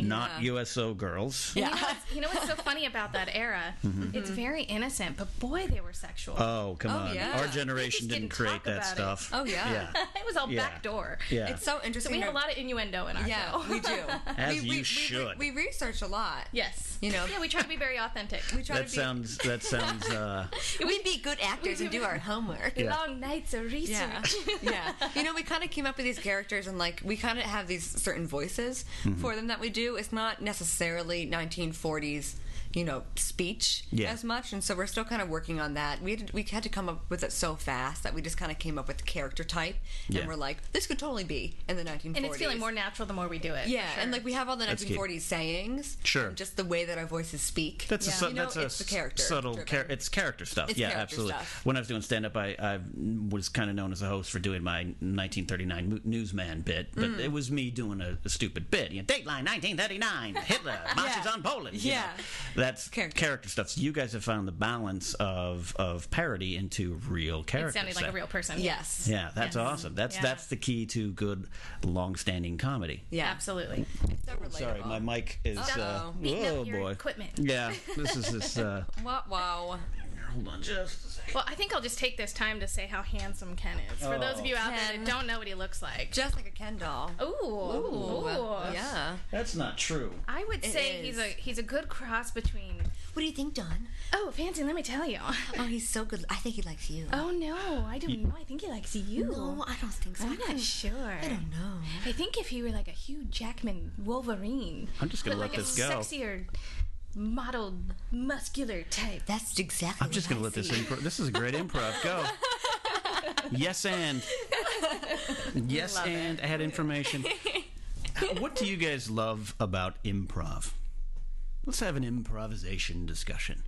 B: not USO girls.
C: You know, what's, you know what's so funny about that era? It's very innocent, but boy, they were sexual.
B: Mm-hmm. Oh come on!
D: yeah.
B: Our
D: They
B: generation
C: just
B: didn't
C: didn't
B: create
C: talk
B: that
C: about it.
B: stuff.
D: Oh, yeah.
C: it was all
B: yeah.
C: backdoor.
B: Yeah.
D: It's so
C: So
D: interesting.
C: we had a
D: how-
C: lot of innuendo in our show.
D: Yeah, we do.
B: As
D: we,
B: you
D: we, we-
B: should.
D: We, research a lot.
C: Yes.
D: You know.
C: Yeah, we try to be very authentic.
D: We try
B: that
D: to be.
B: sounds that sounds uh,
D: we'd be good actors and do our homework.
C: Long nights of research.
D: Yeah. yeah. You know, we kind of came up with these characters and like we kind of have these certain voices
B: Mm-hmm.
D: for them that we do. It's not necessarily 1940s, you know, speech
B: Yeah.
D: as much, and so we're still kind of working on that. We had to, we had to come up with it so fast that we just kind of came up with the character type, and
B: Yeah.
D: we're like, this could totally be in the 1940s.
C: And it's feeling more natural the more we do it.
D: Yeah,
C: for sure.
D: and like we have all the
B: That's key.
D: 1940s sayings.
B: Sure.
D: Just the way that our voices speak.
B: That's a su-
D: You know,
B: that's
D: it's
B: a
D: the character
B: subtle
D: driven.
B: char- it's character stuff.
D: It's
B: yeah,
D: character
B: absolutely.
D: stuff.
B: When I was doing stand up, I, I was kind of known as a host for doing my 1939 mo- newsman bit, but
D: Mm.
B: it was me doing a, a stupid bit. You know, Dateline 1939, Hitler marches on Poland. you know.
D: Yeah.
B: that's character.
D: Character.
B: stuff. So you guys have found the balance of of parody into real character.
C: it sounded like a
B: stuff.
C: real person.
D: Yes.
B: Yeah, that's awesome. That's
C: Yeah.
B: that's the key to good long-standing comedy.
D: Yeah.
C: Absolutely.
D: So relatable.
B: Sorry, my mic is. Uh,
D: Uh-oh.
C: Beating up
B: oh
C: your
B: boy.
C: equipment.
B: Yeah, this is this. Uh,
D: Wow. wow.
B: hold on, just a second.
C: Well, I think I'll just take this time to say how handsome Ken is. For those of
B: Oh.
C: you out there
D: Ken.
C: that don't know what he looks like.
D: Just like a Ken doll.
C: Ooh. Ooh.
D: Yeah.
B: That's not true.
C: I would say
D: is.
C: he's a he's a good cross between
D: What do you think, Don?
C: Oh, Fancy, let me tell you.
D: Oh, he's so good. I think he likes you.
C: Oh no, I don't know. I think he likes you.
D: No, I don't think so.
C: I'm not sure.
D: I don't know.
C: I think if he were like a Hugh Jackman Wolverine.
B: I'm just gonna
C: but
B: let
C: like
B: this
C: a
B: go.
C: Sexier, model, muscular type.
D: That's exactly.
B: I'm just
D: what
B: gonna
D: I
B: let this
D: see.
B: improv. This is a great improv. Go. Yes and. Yes and add information. Uh, what do you guys love about improv? Let's have an improvisation discussion.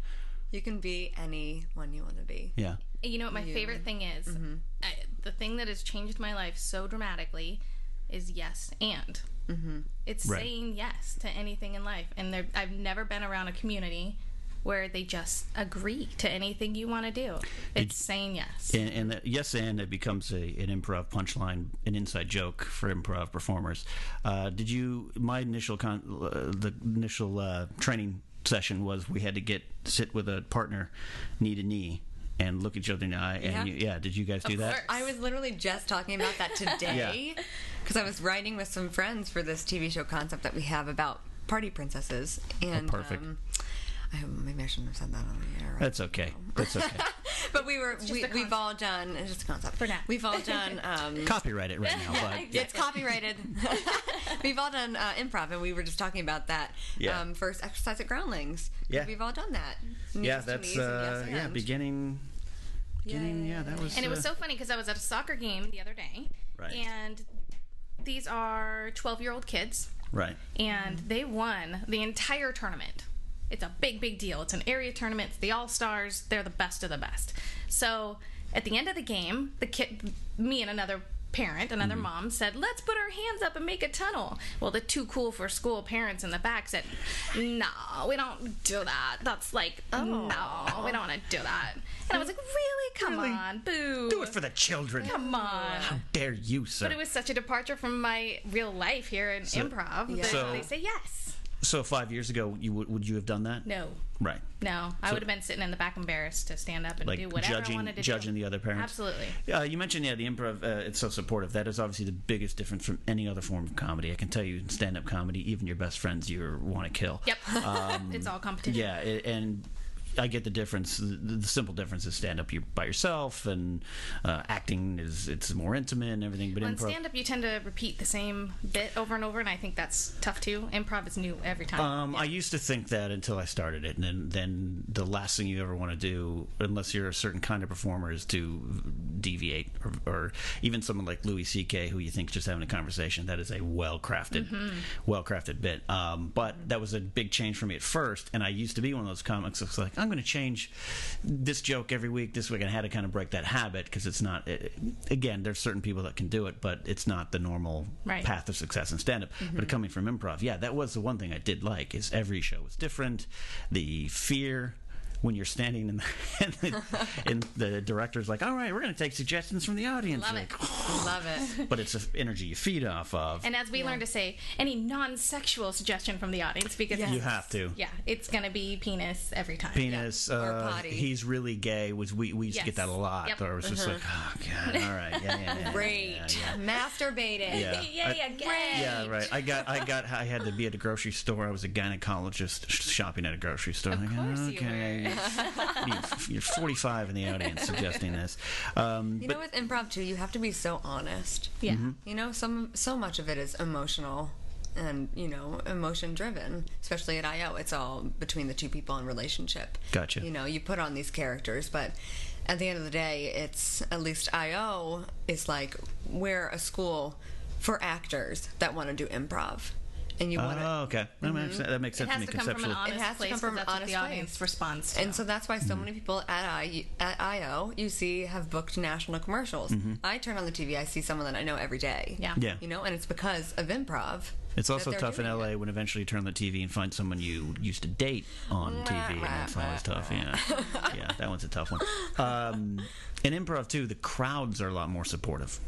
D: You can be anyone you want to be.
B: Yeah.
C: You know what my favorite thing is?
D: Mm-hmm.
C: I, the thing that has changed my life so dramatically is yes and. Mm-hmm. It's
B: Right.
C: saying yes to anything in life, and there, I've never been around a community where they just agree to anything you want to do. It's saying yes.
B: And, and that yes and it becomes a, an improv punchline, an inside joke for improv performers. Uh, did you? My initial con, uh, the initial uh, training session was we had to get sit with a partner, knee to knee, and look each other in the eye.
D: Yeah.
B: And you, yeah, did you guys do that?
C: course.
D: I was literally just talking about that today because I was writing with some friends for this TV show concept that we have about party princesses. And
B: Oh, perfect.
D: Um, I, maybe I shouldn't have said that on the air. right?
B: That's okay. That's okay.
D: But we were we,
C: a
D: we've all done it's just a concept for
C: now.
D: We've all done um,
B: Copyright it right now, but
D: It's copyrighted. we've all done uh, improv, and we were just talking about that
B: Yeah.
D: um, first exercise at Groundlings.
B: Yeah.
D: we've all done that.
B: yeah,
D: Knees to
B: that's
D: knees and
B: uh,
D: yes
B: yeah,
D: and.
B: beginning. Beginning, yeah, that was.
C: And it
B: uh,
C: was so funny because I was at a soccer game the other day,
B: Right.
C: and these are 12 year old kids,
B: right.
C: and
B: Mm-hmm.
C: they won the entire tournament. It's a big, big deal. It's an area tournament. It's the All Stars. They're the best of the best. So at the end of the game, the kid, me and another parent, another
B: Mm-hmm.
C: mom said, "Let's put our hands up and make a tunnel." Well, the too cool for school parents in the back said, "No, we don't do that. That's like,
B: Oh.
C: no, we don't want to do that." And I was like, "Really? Come
B: Really?
C: on, boo!
B: Do it for the children.
C: Come on!"
B: How dare you, sir?
C: But it was such a departure from my real life here in improv that
B: So-
C: they say yes.
B: so five years ago, you would would you have done that?
C: No.
B: Right.
C: No. I would have been sitting in the back embarrassed to stand up and
B: like
C: do whatever I
B: judging
C: wanted to
B: judging
C: do.
B: the other parents.
C: Absolutely.
B: Uh, you mentioned yeah the improv. Uh, it's so supportive. That is obviously the biggest difference from any other form of comedy. I can tell you, in stand up comedy, even your best friends you want to kill.
C: Yep. it's all competition.
B: Um, Yeah, it, and I get the difference. The, the simple difference is stand up you by yourself, and uh, acting is it's more intimate and everything. But
C: On
B: improv.
C: stand up, you tend to repeat the same bit over and over, and I think that's tough too. Improv is new every time.
B: Um, I used to think that until I started it, and then, then the last thing you ever want to do, unless you're a certain kind of performer, is to deviate, or, or even someone like Louis C.K., who you think is just having a conversation. That is a well crafted, well crafted bit. Um, but that was a big change for me at first, and I used to be one of those comics that's like, I'm going to change this joke every week, this week. And I had to kind of break that habit because it's not. It, again, there's certain people that can do it, but it's not the normal
C: Right.
B: path path of success in stand up. But coming from improv, yeah, that was the one thing I did like is every show was different. The fear when you're standing in the, and the, and the director's like, "All right, we're going to take suggestions from the audience."
D: Love
B: You're
D: it.
B: like,
D: Love it.
B: but it's the energy you feed off of.
C: And as we learned to say, any non-sexual suggestion from the audience because
D: Yes.
B: you have to.
C: yeah, it's gonna be penis every time.
B: Penis.
D: Or
B: uh,
D: potty.
B: he's really gay. Was we we used to get
C: Yes.
B: that a lot.
C: Yep.
B: Or it was just like, oh god, all right, yeah, yeah, yeah,
D: Great.
B: yeah, yeah,
D: Masturbating.
B: yeah.
C: Yeah, yeah,
D: Great.
C: yeah.
B: Yeah, right. I got, I got, I had to be at a grocery store. I was a gynecologist sh- shopping at a grocery store. Of
C: course you
B: okay, you are you're 45 in the audience suggesting this. Um, but Mm-hmm.
D: You know, with improv too, you have to be so honest.
C: Yeah.
D: You know, some so much of it is emotional and you know emotion driven especially at io it's all between the two people in relationship
B: Gotcha.
D: you know you put on these characters but at the end of the day it's at least io is like we're a school for actors that want to do improv and you want to
B: oh, okay. That makes sense- that makes
C: Mm-hmm. It
B: sense to
C: has
B: me
C: to come from an
B: conceptually.
C: honest
D: It has to
C: place
D: come from
C: 'cause
D: an
C: that's what the
D: honest
C: audience
D: place.
C: responds to.
D: And so that's why so many people at I at IO you see have booked national commercials. I turn on the TV, I see someone that I know every day.
C: Yeah.
B: Mm-hmm. Yeah.
D: You know, and it's because of improv.
B: It's
D: that
B: also
D: they're
B: tough in
D: doing
B: LA
D: it.
B: when eventually you turn on the TV and find someone you used to date on TV. That's always tough. Yeah, yeah, that one's a tough one. Um, in improv too, the crowds are a lot more supportive.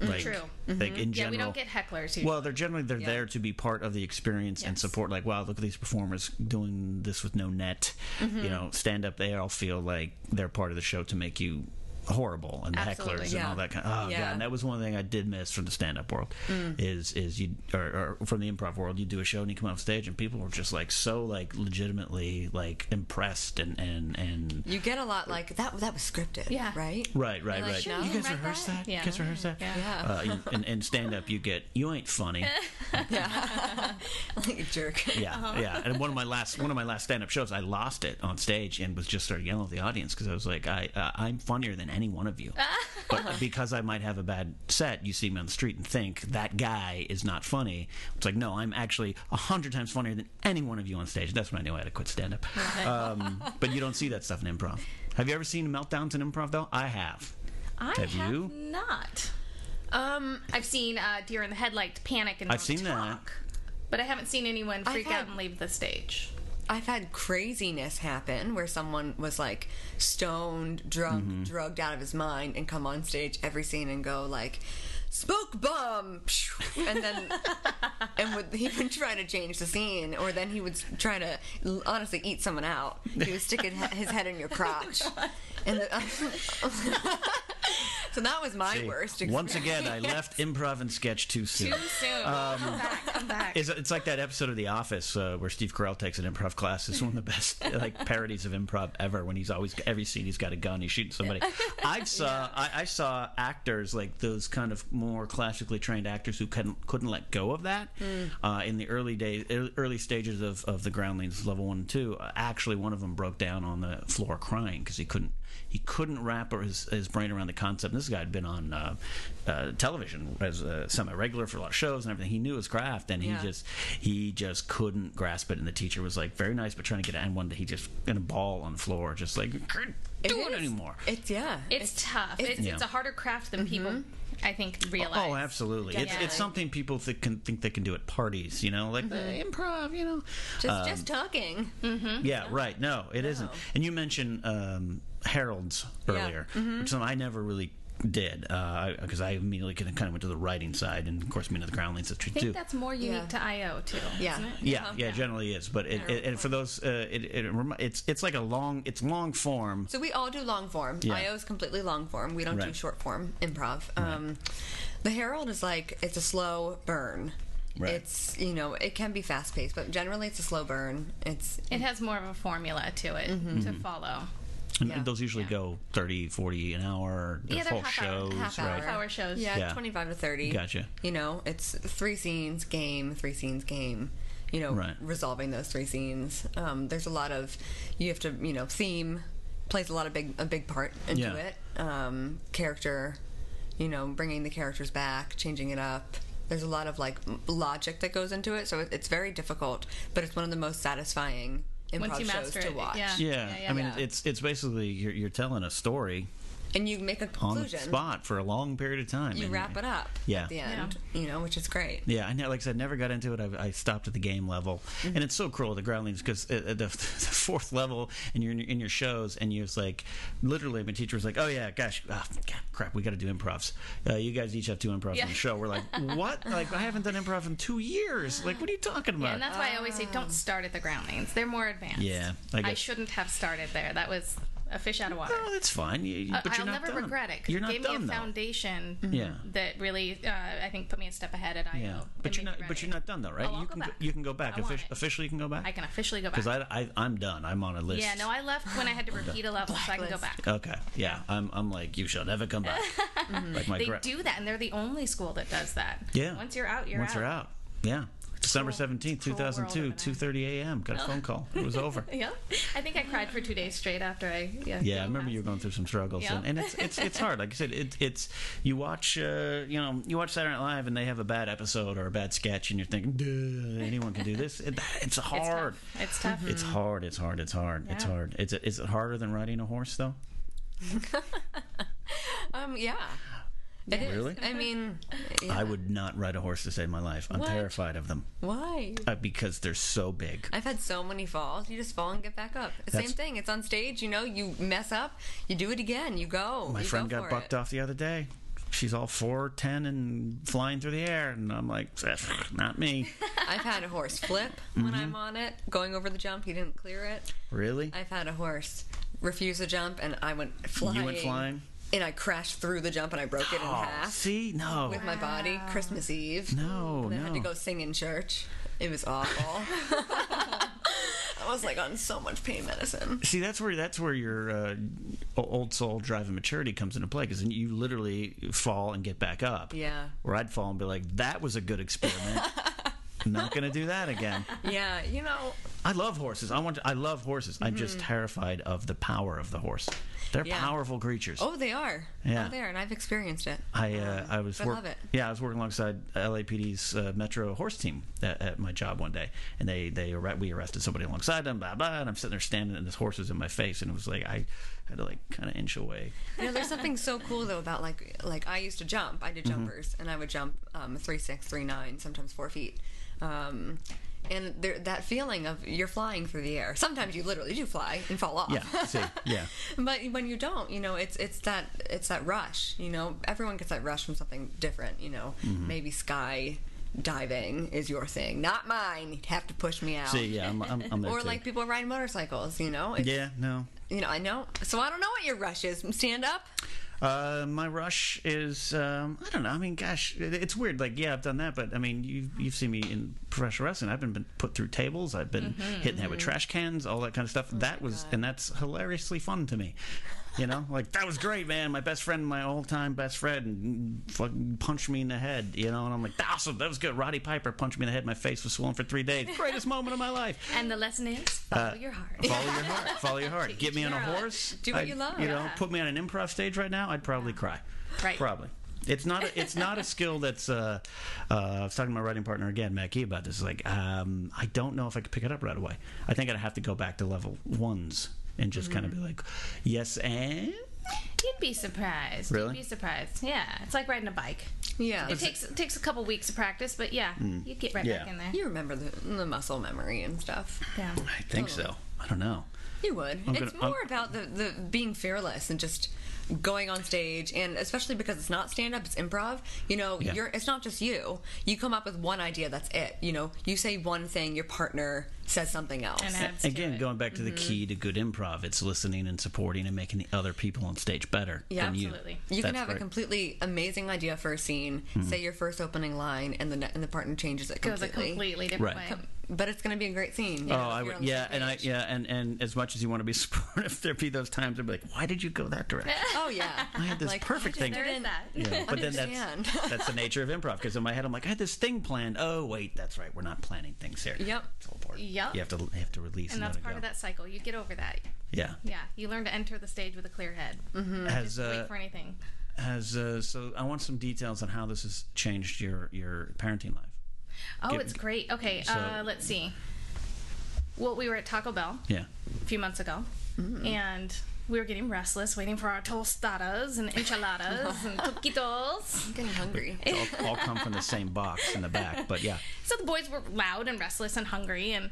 B: Like,
C: Mm, True. Mm-hmm.
B: Like in
C: yeah,
B: general,
C: we don't get hecklers here.
B: Well, they're generally they're there to be part of the experience and
C: Yes.
B: support. Like, wow, look at these performers doing this with no net.
C: Mm-hmm.
B: You know, stand up. They all feel like they're part of the show to make you horrible and the
C: Absolutely,
B: hecklers and
D: yeah.
B: all that kind. Of, oh god,
D: Yeah.
B: and that was one thing I did miss from the stand up world. Is is you or, or from the improv world, you do a show and you come off stage and people were just like so like legitimately like impressed and and and
D: you get a lot like that. That was scripted.
C: Yeah.
D: Right.
B: Right, right,
D: Like,
B: right.
D: sure,
B: you
D: you
B: guys
C: write
B: rehearse that?
C: that?
B: You
C: Yeah.
B: guys rehearse that?
D: Yeah.
B: Uh, you- and, and stand up, you get you ain't funny.
D: like a jerk.
B: Yeah, yeah. And one of my last one of my last stand up shows, I lost it on stage and was just started yelling at the audience because I was like, I uh, I'm funnier than any one of you, but because I might have a bad set, you see me on the street and think that guy is not funny. It's like, no, I'm actually a hundred times funnier than any one of you on stage. That's when I knew I had to quit stand up. Um, but you don't see that stuff in improv. Have you ever seen meltdowns in improv though? I have.
C: I
B: have
C: have,
B: you?
C: not. Um, I've seen uh, deer in the headlights panic and
B: I've
C: don't
B: seen
C: talk, but I haven't seen anyone freak
D: had-
C: out and leave the stage.
D: I've had craziness happen where someone was like stoned, drunk,
B: Mm-hmm.
D: drugged out of his mind, and come on stage every scene and go like, "Smoke bomb," and then and would he would try to change the scene, or then he would try to honestly eat someone out. He would stick his he- his head in your crotch,
B: Oh
D: and the, so that was my
B: See,
D: worst.
B: Once again, I left improv and sketch too soon.
C: Too soon.
B: Um,
C: come back. Come back.
B: It's, it's like that episode of The Office uh, where Steve Carell takes an improv class. It's one of the best like parodies of improv ever. When he's always every scene he's got a gun, he's shooting somebody. I saw I, I saw actors like those kind of more classically trained actors who couldn't couldn't let go of that uh, in the early days, ear- early stages of of the Groundlings level one and two. Uh, actually, one of them broke down on the floor crying because he couldn't he couldn't wrap or his, his brain around the concept. And this guy had been on uh, uh, television as a semi-regular for a lot of shows and everything. He knew his craft, and he
D: Yeah.
B: just he just couldn't grasp it. And the teacher was like, "Very nice, but trying to get it." And one day he just in a ball on the floor, just like can't do it,
D: is.
B: anymore. Oh,
D: it's yeah,
C: it's, tough. It's, Mm-hmm.
B: Yeah.
C: it's a harder craft than people, I think, realize.
B: Oh, absolutely! It's, it's
C: Definitely.
B: something people th- can think they can do at parties, you know, like eh, improv, you know. Uh,
D: just
B: Um,
D: just talking.
B: Yeah, right. No, it not And you mentioned um, Harold's earlier, which is something I never really did because I immediately kind of went to the writing side, and of course, me to the groundlings that you
C: I
B: do.
C: think that's more unique
D: Yeah.
C: to IO too.
D: Yeah.
C: isn't it?
B: yeah, yeah, generally is, but it, it, and for those, uh, it, it remi- it's it's like a long, it's long form.
D: So we all do long form.
B: Yeah.
D: IO is completely long form. We don't do
B: Right.
D: short form improv. Um, the Herald is like it's a slow burn.
B: Right.
D: It's you know it can be fast paced, but generally it's a slow burn. It's
C: It has more of a formula to it to
B: Mm-hmm.
C: follow.
B: And
D: Yeah.
B: those usually go 30, 40 an hour, they're
C: Yeah, they're
B: full
C: half hour,
B: shows,
D: half
B: right?
D: hour.
C: Hour shows.
D: yeah,
B: Yeah.
D: twenty five to thirty.
B: Gotcha.
D: You know it's three scenes game, three scenes game. You know
B: Right.
D: resolving those three scenes. Um, there's a lot of you have to you know theme. plays a lot of big a big part into
B: Yeah.
D: it. Um, character, you know, bringing the characters back, changing it up. There's a lot of like m- logic that goes into it, so it, it's very difficult, but it's one of the most satisfying
C: Once
D: improv
C: you
D: shows
C: master
D: to
C: it,
D: watch.
C: yeah.
B: Yeah,
C: Yeah, yeah,
B: I mean,
C: yeah.
B: it's it's basically you're, you're telling a story
D: And you make a
B: on
D: conclusion.
B: the spot for a long period of time.
D: You
B: and-
D: wrap it up
B: Yeah.
D: at the end, you know, which is great.
B: Yeah, I know. Like I said, never got into it. I, I stopped at the game level,
C: Mm-hmm.
B: and it's so cruel the groundlings because at at uh, the, the fourth level, and you're in your, in your shows, and you're just like, literally, my teacher was like, "Oh yeah, gosh, ah, God, crap, we got to do improvs. Uh, you guys each have two improvs on the show." We're like, "What? Like I haven't done improv in two years. Like what are you talking about?"
C: And that's why I always say don't start at the groundlings. They're more advanced.
B: Yeah, I
C: I,
B: guess-
C: shouldn't have started there. That was a fish out of water.
B: no, that's fine. You, you-
C: I-
B: but you're
C: I'll
B: not
C: never
B: done.
C: regret it. 'cause
B: You're
C: it
B: not
C: gave
B: done
C: me a
B: though.
C: foundation
B: Yeah.
C: that really, uh, I think, put me a step ahead at IO.
B: Yeah,
C: and
B: but you're not.
C: made me
B: But
C: ready.
B: you're not done though, right?
C: Oh, I'll
B: you
C: go
B: can
C: back.
B: you can go back.
C: I want
B: Offici-
C: it.
B: officially, you can go back.
C: I can officially go back.
B: because I, I I'm done. I'm on a list.
C: yeah, no, I left when I had to repeat a level, so I can go back.
B: Okay. Yeah. I'm, I'm like, you shall never come back. Like my
C: They
B: gra-
C: do that, and they're the only school that does that.
B: Yeah.
C: Once you're out, you're
B: Once
C: out.
B: you're out. Yeah. December seventeenth, two
C: Cruel world
B: thousand two,
C: over
B: two
C: there.
B: thirty a.m. Got a phone call. It was over.
C: Yeah. I think I cried for two days straight after I. Yeah.
B: Yeah, I remember you were going through some struggles,
C: Yeah.
B: and, and it's, it's it's hard. Like I said, it, it's you watch uh, you know you watch Saturday Night Live, and they have a bad episode or a bad sketch, and you're thinking, Duh, anyone can do this. It, it's hard.
C: It's tough.
B: It's hard. It's hard. It's hard. It's
C: Yeah.
B: hard. It's is it harder than riding a horse though?
D: Um, yeah. It is.
B: Really?
D: I mean,
B: I would not ride a horse to save my life. I'm
D: What?
B: terrified of them
D: why?
B: uh, because they're so big.
D: I've had so many falls. You just fall and get back up. Same
B: That's-
D: thing. It's on stage. You know, you mess up, you do it again. You go.
B: My
D: you
B: friend
D: go
B: got bucked off the other day. She's all four ten and flying through the air, and I'm like, not me.
D: I've had a horse flip when I'm on it, going over the jump. He didn't clear it.
B: Really?
D: I've had a horse refuse a jump, and I went flying.
B: You went flying?
D: And I crashed through the jump, and I broke it in
B: Oh,
D: half
B: see, no,
D: with my body. Christmas Eve.
B: no,
D: And I had to
B: no.
D: go sing in church. It was awful. I was like on so much pain medicine.
B: See, that's where that's where your uh, o- old soul drive and maturity comes into play because you literally fall and get back up.
D: Yeah.
B: Where I'd fall and be like, that was a good experiment. I'm not gonna do that again.
D: Yeah, you know,
B: I love horses. I want. To, I love horses. I'm just terrified of the power of the horse. They're
D: Mm-hmm. Yeah.
B: powerful creatures.
D: oh, they are.
B: Yeah.
D: Oh, they are, and I've experienced it.
B: I uh, I was
D: I
B: work-
D: love it.
B: yeah I was working alongside LAPD's uh, Metro Horse Team at, at my job one day, and they they arre- we arrested somebody alongside them, blah blah, and I'm sitting there standing, and this horse was in my face, and it was like I had to like kind of inch away.
D: You know, there's something so cool though about like like I used to jump. I
B: Mm-hmm.
D: did jumpers, and I would jump um, three six, three nine, sometimes four feet. Um, and there, that feeling of you're flying through the air. Sometimes you literally do fly and fall off.
B: Yeah, see, yeah,
D: But when you don't, you know, it's it's that it's that rush. You know, everyone gets that rush from something different. You know,
B: Mm-hmm.
D: maybe sky diving is your thing, not mine. You'd have to push me out.
B: see, yeah, I'm I'm, I'm there
D: Or
B: too.
D: like people riding motorcycles. You know, It's-
B: yeah, no.
D: You know, I know. So I don't know what your rush is. Stand up.
B: Uh, my rush is um, I don't know. I mean, gosh, it, it's weird. Like, yeah, I've done that, but I mean, you've you've seen me in professional wrestling. I've been, been put through tables. I've been hit in the head with trash cans, all that kind of stuff. that was and that's hilariously fun to me. You know, like that was great, man. My best friend, my all-time best friend, fucking punched me in the head. You know, and I'm like, awesome, that was good. Roddy Piper punched me in the head. My face was swollen for three days. Greatest moment of my life.
C: And the lesson is
B: Uh,
C: follow your heart.
B: Follow your heart. Follow your heart. Get me on a
C: Sure.
B: horse.
D: Do what
B: I'd-
D: you love.
B: You know,
D: Yeah.
B: put me on an improv stage right now. I'd probably cry.
C: Right.
B: Probably. It's not. A, it's not a skill that's. Uh, uh, I was talking to my writing partner again, Mackie, about this. Like, um, I don't know if I could pick it up right away. I think I'd have to go back to level ones and just kind of
D: Mm-hmm.
B: be like, yes and.
C: You'd be surprised.
B: Really?
C: You'd be surprised. Yeah. It's like riding a bike.
D: Yeah.
C: It takes it takes a couple weeks of practice, but yeah,
B: Mm.
C: you get right
B: Yeah.
C: back in there.
D: You remember the, the muscle memory and stuff.
C: Yeah.
B: I think so. I don't know.
D: You would.
B: gonna-
D: it's
B: I'm-
D: more about the, the being fearless and just going on stage, and especially because it's not stand up, it's improv. You know,
B: Yeah.
D: you're it's not just you. You come up with one idea, that's it. You know, you say one thing, your partner says something else.
C: And adds to
B: Again,
C: it.
B: going back to the
D: Mm-hmm.
B: key to good improv, it's listening and supporting and making the other people on stage better
D: Yeah,
B: than
C: absolutely.
B: you.
D: you can
B: That's
D: have
B: right. Hmm.
D: a completely amazing idea for a scene, say your first opening line, and the ne- and the partner changes it
C: It goes
D: completely.
C: a completely different
B: Right.
C: way.
D: But it's going to be a great scene.
B: Oh, I would, yeah, and I, yeah, and and as much as you want to be supportive, there be those times I'd be like, why did you go that direction?
D: Oh yeah.
B: I had this
D: Like,
B: perfect thing.
C: There is that.
B: Yeah, but then
D: Understand.
B: that's that's the nature of improv because in my head I'm like, I had this thing planned. Oh wait, that's right, we're not planning things here.
D: Yep.
B: It's all part-
C: Yep.
B: You have to you have to release
C: And that's
B: let it
C: part
B: go.
C: of that cycle. You get over that.
B: Yeah.
C: Yeah, you learn to enter the stage with a clear head.
B: Has
C: Wait
B: uh,
C: for anything.
B: has uh, so I want some details on how this has changed your your parenting life.
C: Oh,
B: give-
C: it's great. Okay,
B: so-
C: uh, let's see. Well, we were at Taco Bell
B: Yeah.
C: a few months ago, and we were getting restless, waiting for our tostadas and enchiladas and coquitos.
D: I'm getting hungry.
B: It's all, all come from the same box in the back, but yeah.
C: So the boys were loud and restless and hungry, and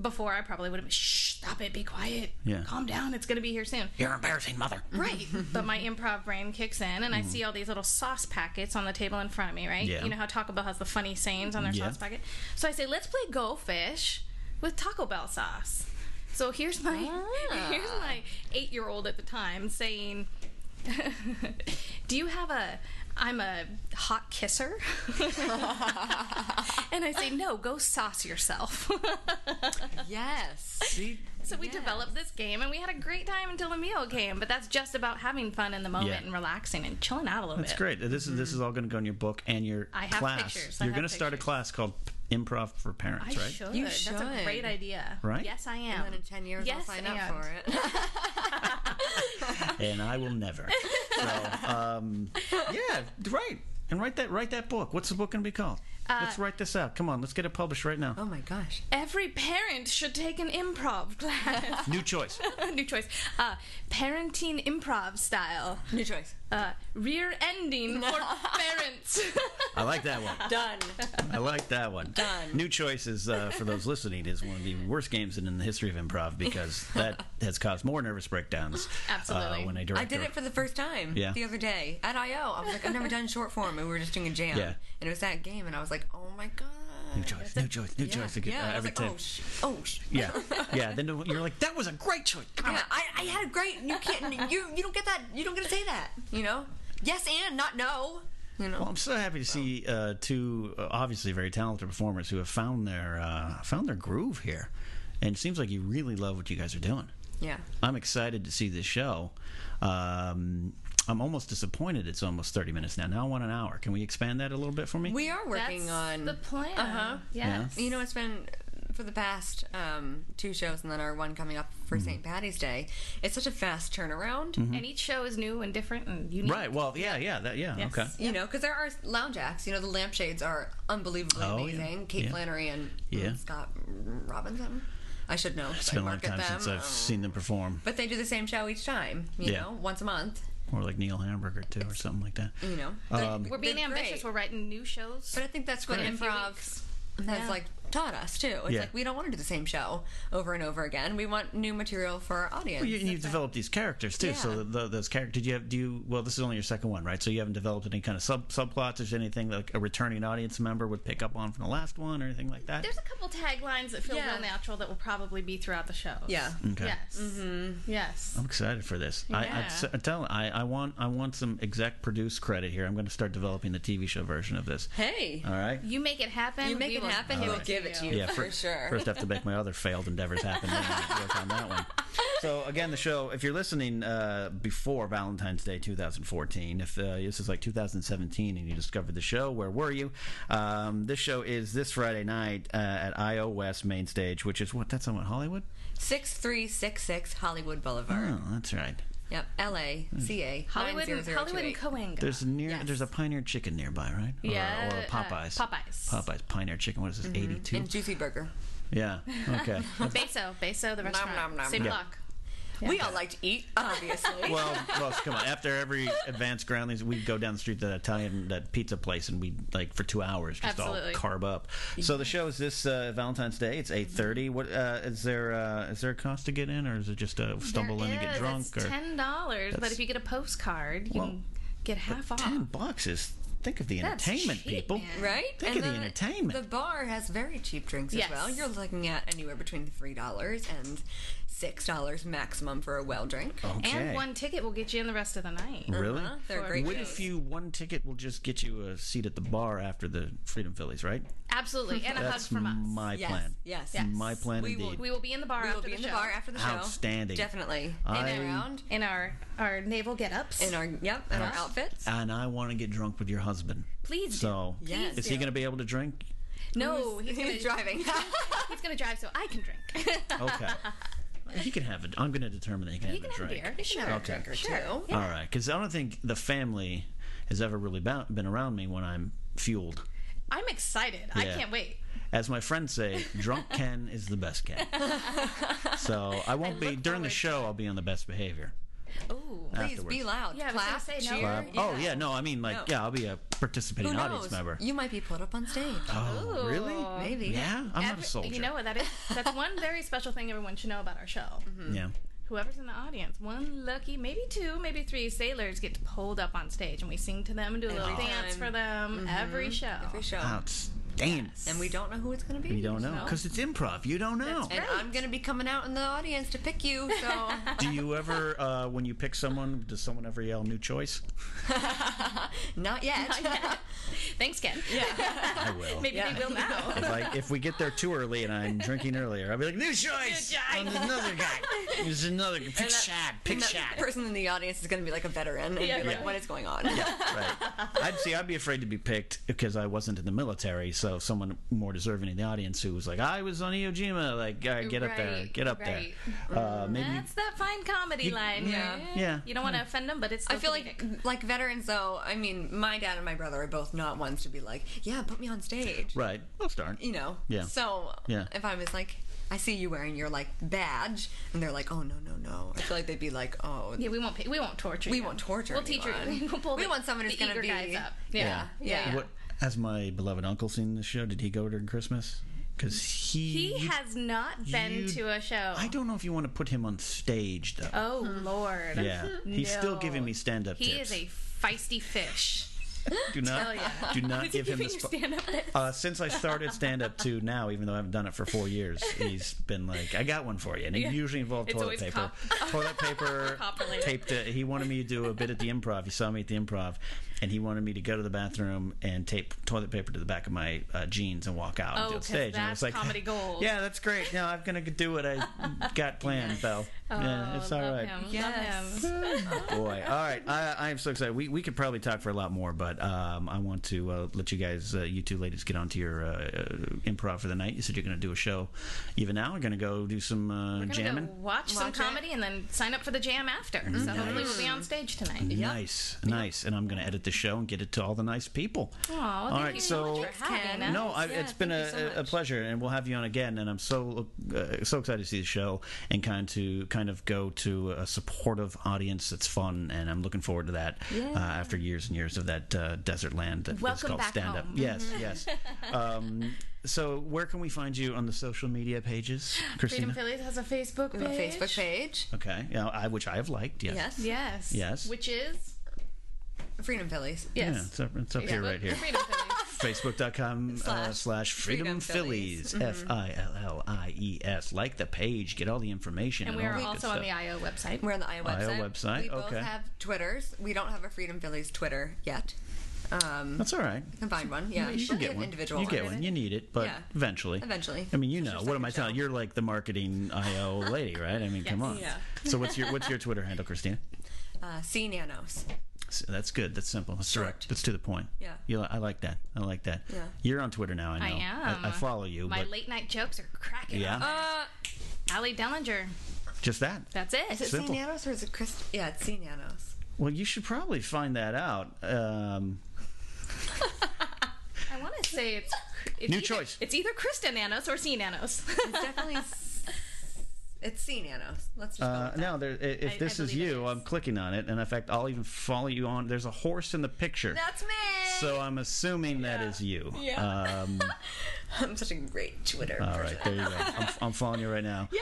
C: before I probably would have been, shh, stop it, be quiet,
B: Yeah.
C: calm down, it's gonna be here soon.
B: You're embarrassing, mother.
C: Right. but my improv brain kicks in, and I see all these little sauce packets on the table in front of me, right?
B: Mm-hmm. Yeah.
C: You know how Taco Bell has the funny sayings on their
B: Yeah.
C: sauce packet? So I say, let's play Go Fish with Taco Bell sauce. So here's my
B: Ah.
C: here's my eight year old at the time saying, "Do you have a? I'm a hot kisser." and I say, "No, go sauce yourself."
D: yes.
B: See,
C: So we developed this game and we had a great time until the meal came. But that's just about having fun in the moment
B: Yeah.
C: and relaxing and chilling out a little
B: that's
C: bit.
B: great. This is this is all going to go in your book and your
C: Mm-hmm. I have
B: class.
C: pictures. I
B: You're
C: have
B: going to start a
C: pictures.
B: class called Improv for Parents,
C: I
B: right?
C: should.
D: You
C: That's a
D: should.
C: great idea.
B: Right?
C: Yes, I am.
D: And then in 10 years,
C: Yes,
D: I'll sign up
C: and.
D: for it.
B: and I will never. So, um, yeah, right. And write that write that book. What's the book going to be called?
C: Uh,
B: let's write this out. Come on, let's get it published right now.
D: Oh my gosh.
C: Every parent should take an improv class.
B: New choice.
C: New choice. Uh, parenting improv style.
D: New choice.
C: Uh, rear ending for parents.
B: I like that one.
D: Done.
B: I like that one.
D: Done.
B: New Choice is, uh, for those listening, is one of the worst games in, in the history of improv because that has caused more nervous breakdowns. uh,
C: Absolutely.
B: when a director,
D: I did it for the first time
B: Yeah.
D: the other day at IO. I was like, I've never done short form, and we were just doing a jam.
B: Yeah.
D: And it was that game, and I was like, oh my god.
B: New Choice, New Choice, New
D: Yeah.
B: Choice. Again,
D: yeah.
B: uh,
D: I was
B: every
D: like,
B: time.
D: oh sh, oh sh.
B: yeah, yeah. Then you're like, that was a great choice.
D: Yeah, I, I had a great. You can't. You you don't get that. You don't get to say that. You know. Yes and not no. You know.
B: Well, I'm so happy to see uh, two uh, obviously very talented performers who have found their uh, found their groove here, and it seems like you really love what you guys are doing.
D: yeah.
B: I'm excited to see this show. Um, I'm almost disappointed. It's almost 30 minutes now. Now I want an hour. Can we expand that a little bit for me?
D: We are working
C: That's
D: on
C: the plan. Uh-huh. Yes.
D: You know, it's been for the past um, two shows, and then our one coming up for
B: Mm-hmm.
D: St. Patty's Day. It's such a fast turnaround.
C: And each show is new and different and unique.
B: right. Well, yeah, yeah, that, yeah.
C: Yes.
B: Okay.
D: You know, because there are lounge acts. You know, the lampshades are unbelievably
B: Oh, yeah.
D: amazing. Kate
B: Yeah.
D: Flannery and
B: Yeah.
D: Scott Robinson. I should know.
B: It's
D: I
B: been a long
D: market
B: time
D: them.
B: since I've seen them perform,
D: But they do the same show each time. You
B: Yeah.
D: know, once a month.
B: or like Neil Hamburger too, or something like that.
D: You know.
B: Um,
C: We're being
D: They're
C: ambitious.
D: great.
C: We're writing new shows.
D: But I think that's what
C: Great.
D: improv has
C: Yeah.
D: like taught us too. It's
B: Yeah.
D: like we don't want to do the same show over and over again. We want new material for our audience.
B: You, you've developed these characters too. So
D: Yeah.
B: th th those characters, did you have? Do you? Well, this is only your second one, right? So you haven't developed any kind of sub subplots or anything that a returning audience member would pick up on from the last one or anything like that.
C: There's a couple taglines that feel
D: Yeah.
C: real natural that will probably be throughout the shows.
D: yeah.
B: Okay.
C: Yes. Mm-hmm. Yes.
B: I'm excited for this. I, I,
C: Yeah.
B: s- I tell I, I want I want some exec produce credit here. I'm going to start developing the TV show version of this.
D: Hey.
B: All right.
C: You make it happen.
D: You make
C: we
D: it
C: will
D: happen, we'll give it to you. for
B: fir-
D: sure.
B: First, I have to make my other failed endeavors happen. Then I'll work on that one. So again, the show. If you're listening uh, before Valentine's Day 2014, if uh, this is like 2017 and you discovered the show, where were you? Um, this show is this Friday night uh, at IO West Main Stage, which is what that's on what Hollywood.
D: 6366 Hollywood Boulevard.
B: Oh, that's right.
D: Yep.
B: Hmm.
D: LA, CA,
C: Hollywood, and,
D: 90028.
C: Hollywood and Coenga.
B: There's near.
D: Yes.
B: There's a Pioneer Chicken nearby, right? Or-
C: Yeah,
B: Or,
C: uh,
B: Popeyes.
C: Popeyes.
B: Popeyes. Pioneer Chicken. What is this? 82.
D: And Juicy Burger.
B: Yeah. Okay.
C: Beso, Beso, the restaurant.
D: nom, nom,
C: Same
D: nom.
C: block.
D: We all like to eat, obviously.
B: Well, well, come on. After every advanced groundlings, we'd go down the street to that Italian, that pizza place, and we'd like for two hours just
C: Absolutely.
B: all carb up. So the show is this uh, Valentine's Day. It's eight thirty. What uh, is there? Uh, is there a cost to get in, or is it just uh, stumble
C: There
B: in and get
C: is,
B: drunk?
C: It's
B: or
C: ten dollars, but
B: That's-
C: if you get a postcard, you
B: Well,
C: can get half off.
B: ten bucks is. Think of the
C: That's
B: entertainment,
C: cheap,
B: people.
C: man.
D: Right?
B: Think of the
D: then
B: entertainment.
D: The bar has very cheap drinks
C: Yes.
D: as well. You're looking at anywhere between $3 and $6 maximum for a well drink.
B: Okay.
C: And one ticket will get you in the rest of the night.
B: Oh, Really?
D: Uh-huh. They're
C: For-
D: great.
B: What
D: shows.
B: if you one ticket will just get you a seat at the bar after the Freedom Phillies, right?
C: Absolutely, and a hug
B: That's
C: from us.
B: my
D: Yes.
B: plan.
D: Yes. Yes.
B: My plan
D: We will-
B: indeed.
C: we will be in the bar.
D: We will
C: after
D: be
C: the
D: in the
C: show.
D: bar after the show.
B: Outstanding. Um,
D: Definitely.
B: I-
D: in and around.
C: in our our naval get-ups.
D: In our, yep, in our outfits.
B: and I want to get drunk with your husband.
C: Please do.
B: So,
D: Yes.
B: is he going to be able to drink?
C: No, he's gonna
D: He's driving.
C: He's gonna drive so I can drink.
B: Okay. He can have it. I'm going to determine that he can
C: He
B: have
C: can
B: a
C: have
B: drink.
C: beer. He can have a drink or
D: Sure.
C: two.
B: All right, because I don't think the family has ever really bou- been around me when I'm fueled.
C: I'm excited. I
B: Yeah.
C: can't wait.
B: As my friends say, drunk Ken is the best Ken. So I won't be during the show. I'll be on the best behavior.
C: Ooh.
D: Please be
B: afterwards.
D: loud.
C: Yeah, I was gonna
D: Clap,
C: say, no.
D: cheer.
C: Clap.
B: Oh yeah, no, I mean like
D: No.
B: yeah, I'll be a participating
D: Who
B: audience
D: knows?
B: member.
D: You might be put up on stage.
B: Oh, really?
D: Maybe.
B: Yeah, I'm not a
C: Every-
B: soldier.
C: You know what that is? That's one very special thing everyone should know about our show.
D: Mm-hmm.
B: Yeah.
C: Whoever's in the audience, one lucky, maybe two, maybe three sailors get pulled up on stage, and we sing to them and do a little
D: Every
C: dance
D: time.
C: for
D: Mm-hmm.
C: them every show.
D: Every show.
B: Outstanding.
D: And we don't know who it's going to be.
B: You don't know
C: No.
B: because it's improv. You don't know.
D: And I'm going to be coming out in the audience to pick you. So
B: Do you ever, uh, when you pick someone, does someone ever yell "new choice"?
D: not yet.
C: Thanks, Ken. Yeah.
B: I will.
C: Maybe they will now.
B: If, I, if we get there too early and I'm drinking earlier, I'll be like, "New choice." And there's another guy. There's another. Pick Shad. Pick
D: And that
B: Shad.
D: person in the audience is going to be like a veteran and be like,
B: Yeah.
D: what is going on?
B: right. I'd see. I'd be afraid to be picked because I wasn't in the military. So someone more deserving in the audience who was like, "I was on Iwo Jima." Like, uh, get up there.
C: Right,
B: Get up
C: right.
B: there. Uh, maybe.
C: That's that fine comedy line.
D: yeah.
C: right?
B: Yeah.
C: You don't want to offend them, but it's.
D: I
C: Still
D: feel like like veterans though. I mean, my dad and my brother are both not ones to be like, yeah, put me on stage.
B: Right. I'll start.
D: You know.
B: Yeah.
D: So
B: Yeah.
D: if I was like, I see you wearing your like badge, and they're like, oh no no no. I feel like they'd be like, oh
C: Yeah, we won't. Pay, we won't torture.
D: We
C: you.
D: won't torture
C: We'll teach you.
D: anyone.
C: We'll pull
D: We
C: the-
D: want someone who's
C: the
D: gonna
C: eager
D: be-
C: guys up.
D: Yeah.
C: Yeah.
D: Yeah.
B: What has my beloved uncle seen this show? Did he go during Christmas? Because he
C: He has not been
B: you-
C: to a show.
B: I don't know if you want to put him on stage though.
C: Oh Lord.
B: yeah, he's still
C: No.
B: giving me stand-up
C: He
B: tips.
C: is a feisty fish.
B: do not, do not give him the spot.
C: stand up.
B: Uh, since I started stand up too now, even though I haven't done it for four years, he's been like, "I got one for you," and it usually involved
C: It's
B: toilet
C: always
B: paper. Toilet paper
C: Cop related.
B: taped. It. He wanted me to do a bit at the improv. He saw me at the improv, and he wanted me to go to the bathroom and tape toilet paper to the back of my uh, jeans and walk out
C: Oh,
B: onto the
C: 'cause
B: stage. and I was like,
C: that's comedy gold.
B: Yeah, that's great. No, I'm gonna do what I got planned, though. yeah, Uh, it's all
C: Oh, love
B: right.
C: Him.
D: Yes.
C: Love him.
B: Boy, all right. I, I am so excited. We, we could probably talk for a lot more, but um, I want to uh, let you guys, uh, you two ladies, get on to your uh, uh, improv for the night. You said you're going to do a show even now. You're going to go do some uh,
C: We're gonna
B: jamming.
C: go watch, some
D: Watch it.
C: comedy and then sign up for the jam after. So hopefully we'll be on stage tonight.
B: Nice, nice. And I'm going to edit the show and get it to all the nice people.
C: Aw, well,
B: all
C: thank
B: right,
C: you
B: so.
C: so much for having
D: Ken.
C: us.
B: No, I,
D: Yeah,
B: it's been a,
D: thank you so
B: a- a
D: much.
B: pleasure, and we'll have you on again. And I'm so uh, so excited to see the show and kind to kind of go to a supportive audience that's fun, and I'm looking forward to that uh, after years and years of that uh, desert land that's
C: Welcome
B: called
C: back
B: stand up.
C: home.
B: Yes, yes. Um, so where can we find you on the social media pages,
C: Freedom
B: Christina?
C: Phillies has a Facebook page.
D: We have a Facebook page.
B: Okay, yeah, I, which I have liked. Yes.
D: Yes.
C: Yes.
B: Yes.
C: Which is
D: Freedom Phillies.
C: yes.
B: Yeah, it's up, it's up here,
C: Facebook,
B: right here.
C: Freedom Phillies.
B: Facebook.com slash, uh,
D: Slash
B: slash Freedom,
D: Freedom
B: Phillies. F I L L I E S. Like the page, get all the information.
C: and
B: And,
C: we are
B: all that good
C: also on the
B: stuff.
C: IO website.
D: We're on the IO website.
B: website,
D: We both
B: okay.
D: have Twitters. We don't have a Freedom Phillies Twitter yet. Um,
B: That's all right.
D: can find one. Yeah,
B: You should
D: We
B: get
D: have
B: one.
D: individual
B: you get
D: ones.
B: one. You need it, but
D: Yeah.
B: eventually.
D: Eventually.
B: I mean, you know.
D: your
B: What am
D: second
B: I telling?
D: show.
B: You're like the marketing IO lady, right? I mean, come on.
C: Yeah.
B: So what's your what's your Twitter handle, Christina?
D: Uh, C Nanos.
B: S- That's good. That's simple. That's direct.
D: Short.
B: That's to the point.
D: Yeah.
B: You li- I like that. I like that.
D: Yeah.
B: You're on Twitter now. I know.
C: I am.
B: I, follow you.
C: My
B: but
C: late night jokes are cracking.
B: Yeah.
C: up.
D: Uh,
C: Allie Dellinger.
B: just that.
C: That's it.
D: Is it
B: Simple.
D: C Nanos or is it Chris? Yeah, it's C Nanos.
B: Well, you should probably find that out. Um,
C: I want to say it's, it's
B: New
C: either-
B: choice.
C: It's either Krista Nanos or C Nanos.
D: It's definitely. s- it's C Nanos. Let's just go
B: Uh,
D: with that.
B: no, there, i- if
C: I-
B: this
C: I
B: is
C: believe it
B: you,
C: is.
B: I'm clicking on it, and in fact, I'll even follow you on. There's a horse in the picture,
D: That's me.
B: so I'm assuming that is you. Yeah. Um,
D: I'm such a great Twitter.
B: all right, there you go. I'm, I'm following you right now. Um,
D: Yay!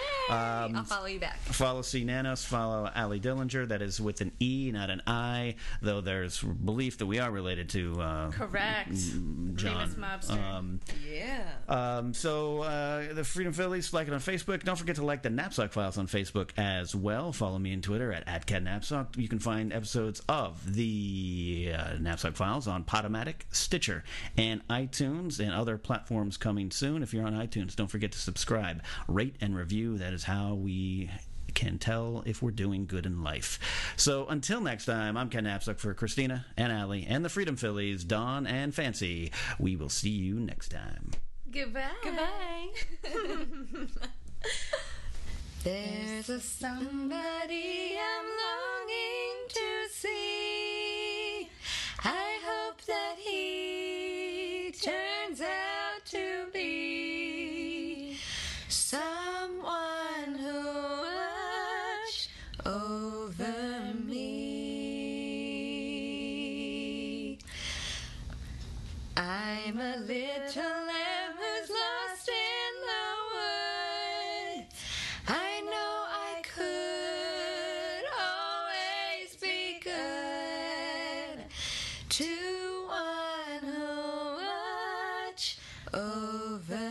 D: I'll follow you back.
B: Follow C Nanos, follow Ali Dillinger. That is with an E, not an I, though there's belief that we are related to uh,
C: Correct.
B: Mm, John.
C: Famous mobster.
D: Yeah.
B: Um, so uh, the Freedom Phillies, like it on Facebook. Don't forget to like the Knapsack Files on Facebook as well. Follow me on Twitter at, at @catknapsack. You can find episodes of the uh, Knapsack Files on Podomatic, Stitcher, and iTunes, and other platforms coming soon. If you're on iTunes, don't forget to subscribe, rate, and review. That is how we can tell if we're doing good in life. So until next time, I'm Ken Knapsack for Christina and Allie and the Freedom Phillies, Don and Fancy. We will see you next time.
C: Goodbye. Goodbye.
D: There's a somebody I'm longing to see. I hope that he turns out to be someone who watch over me. I'm a little lamb who's lost in the woods. I know I could always be good to one who watch over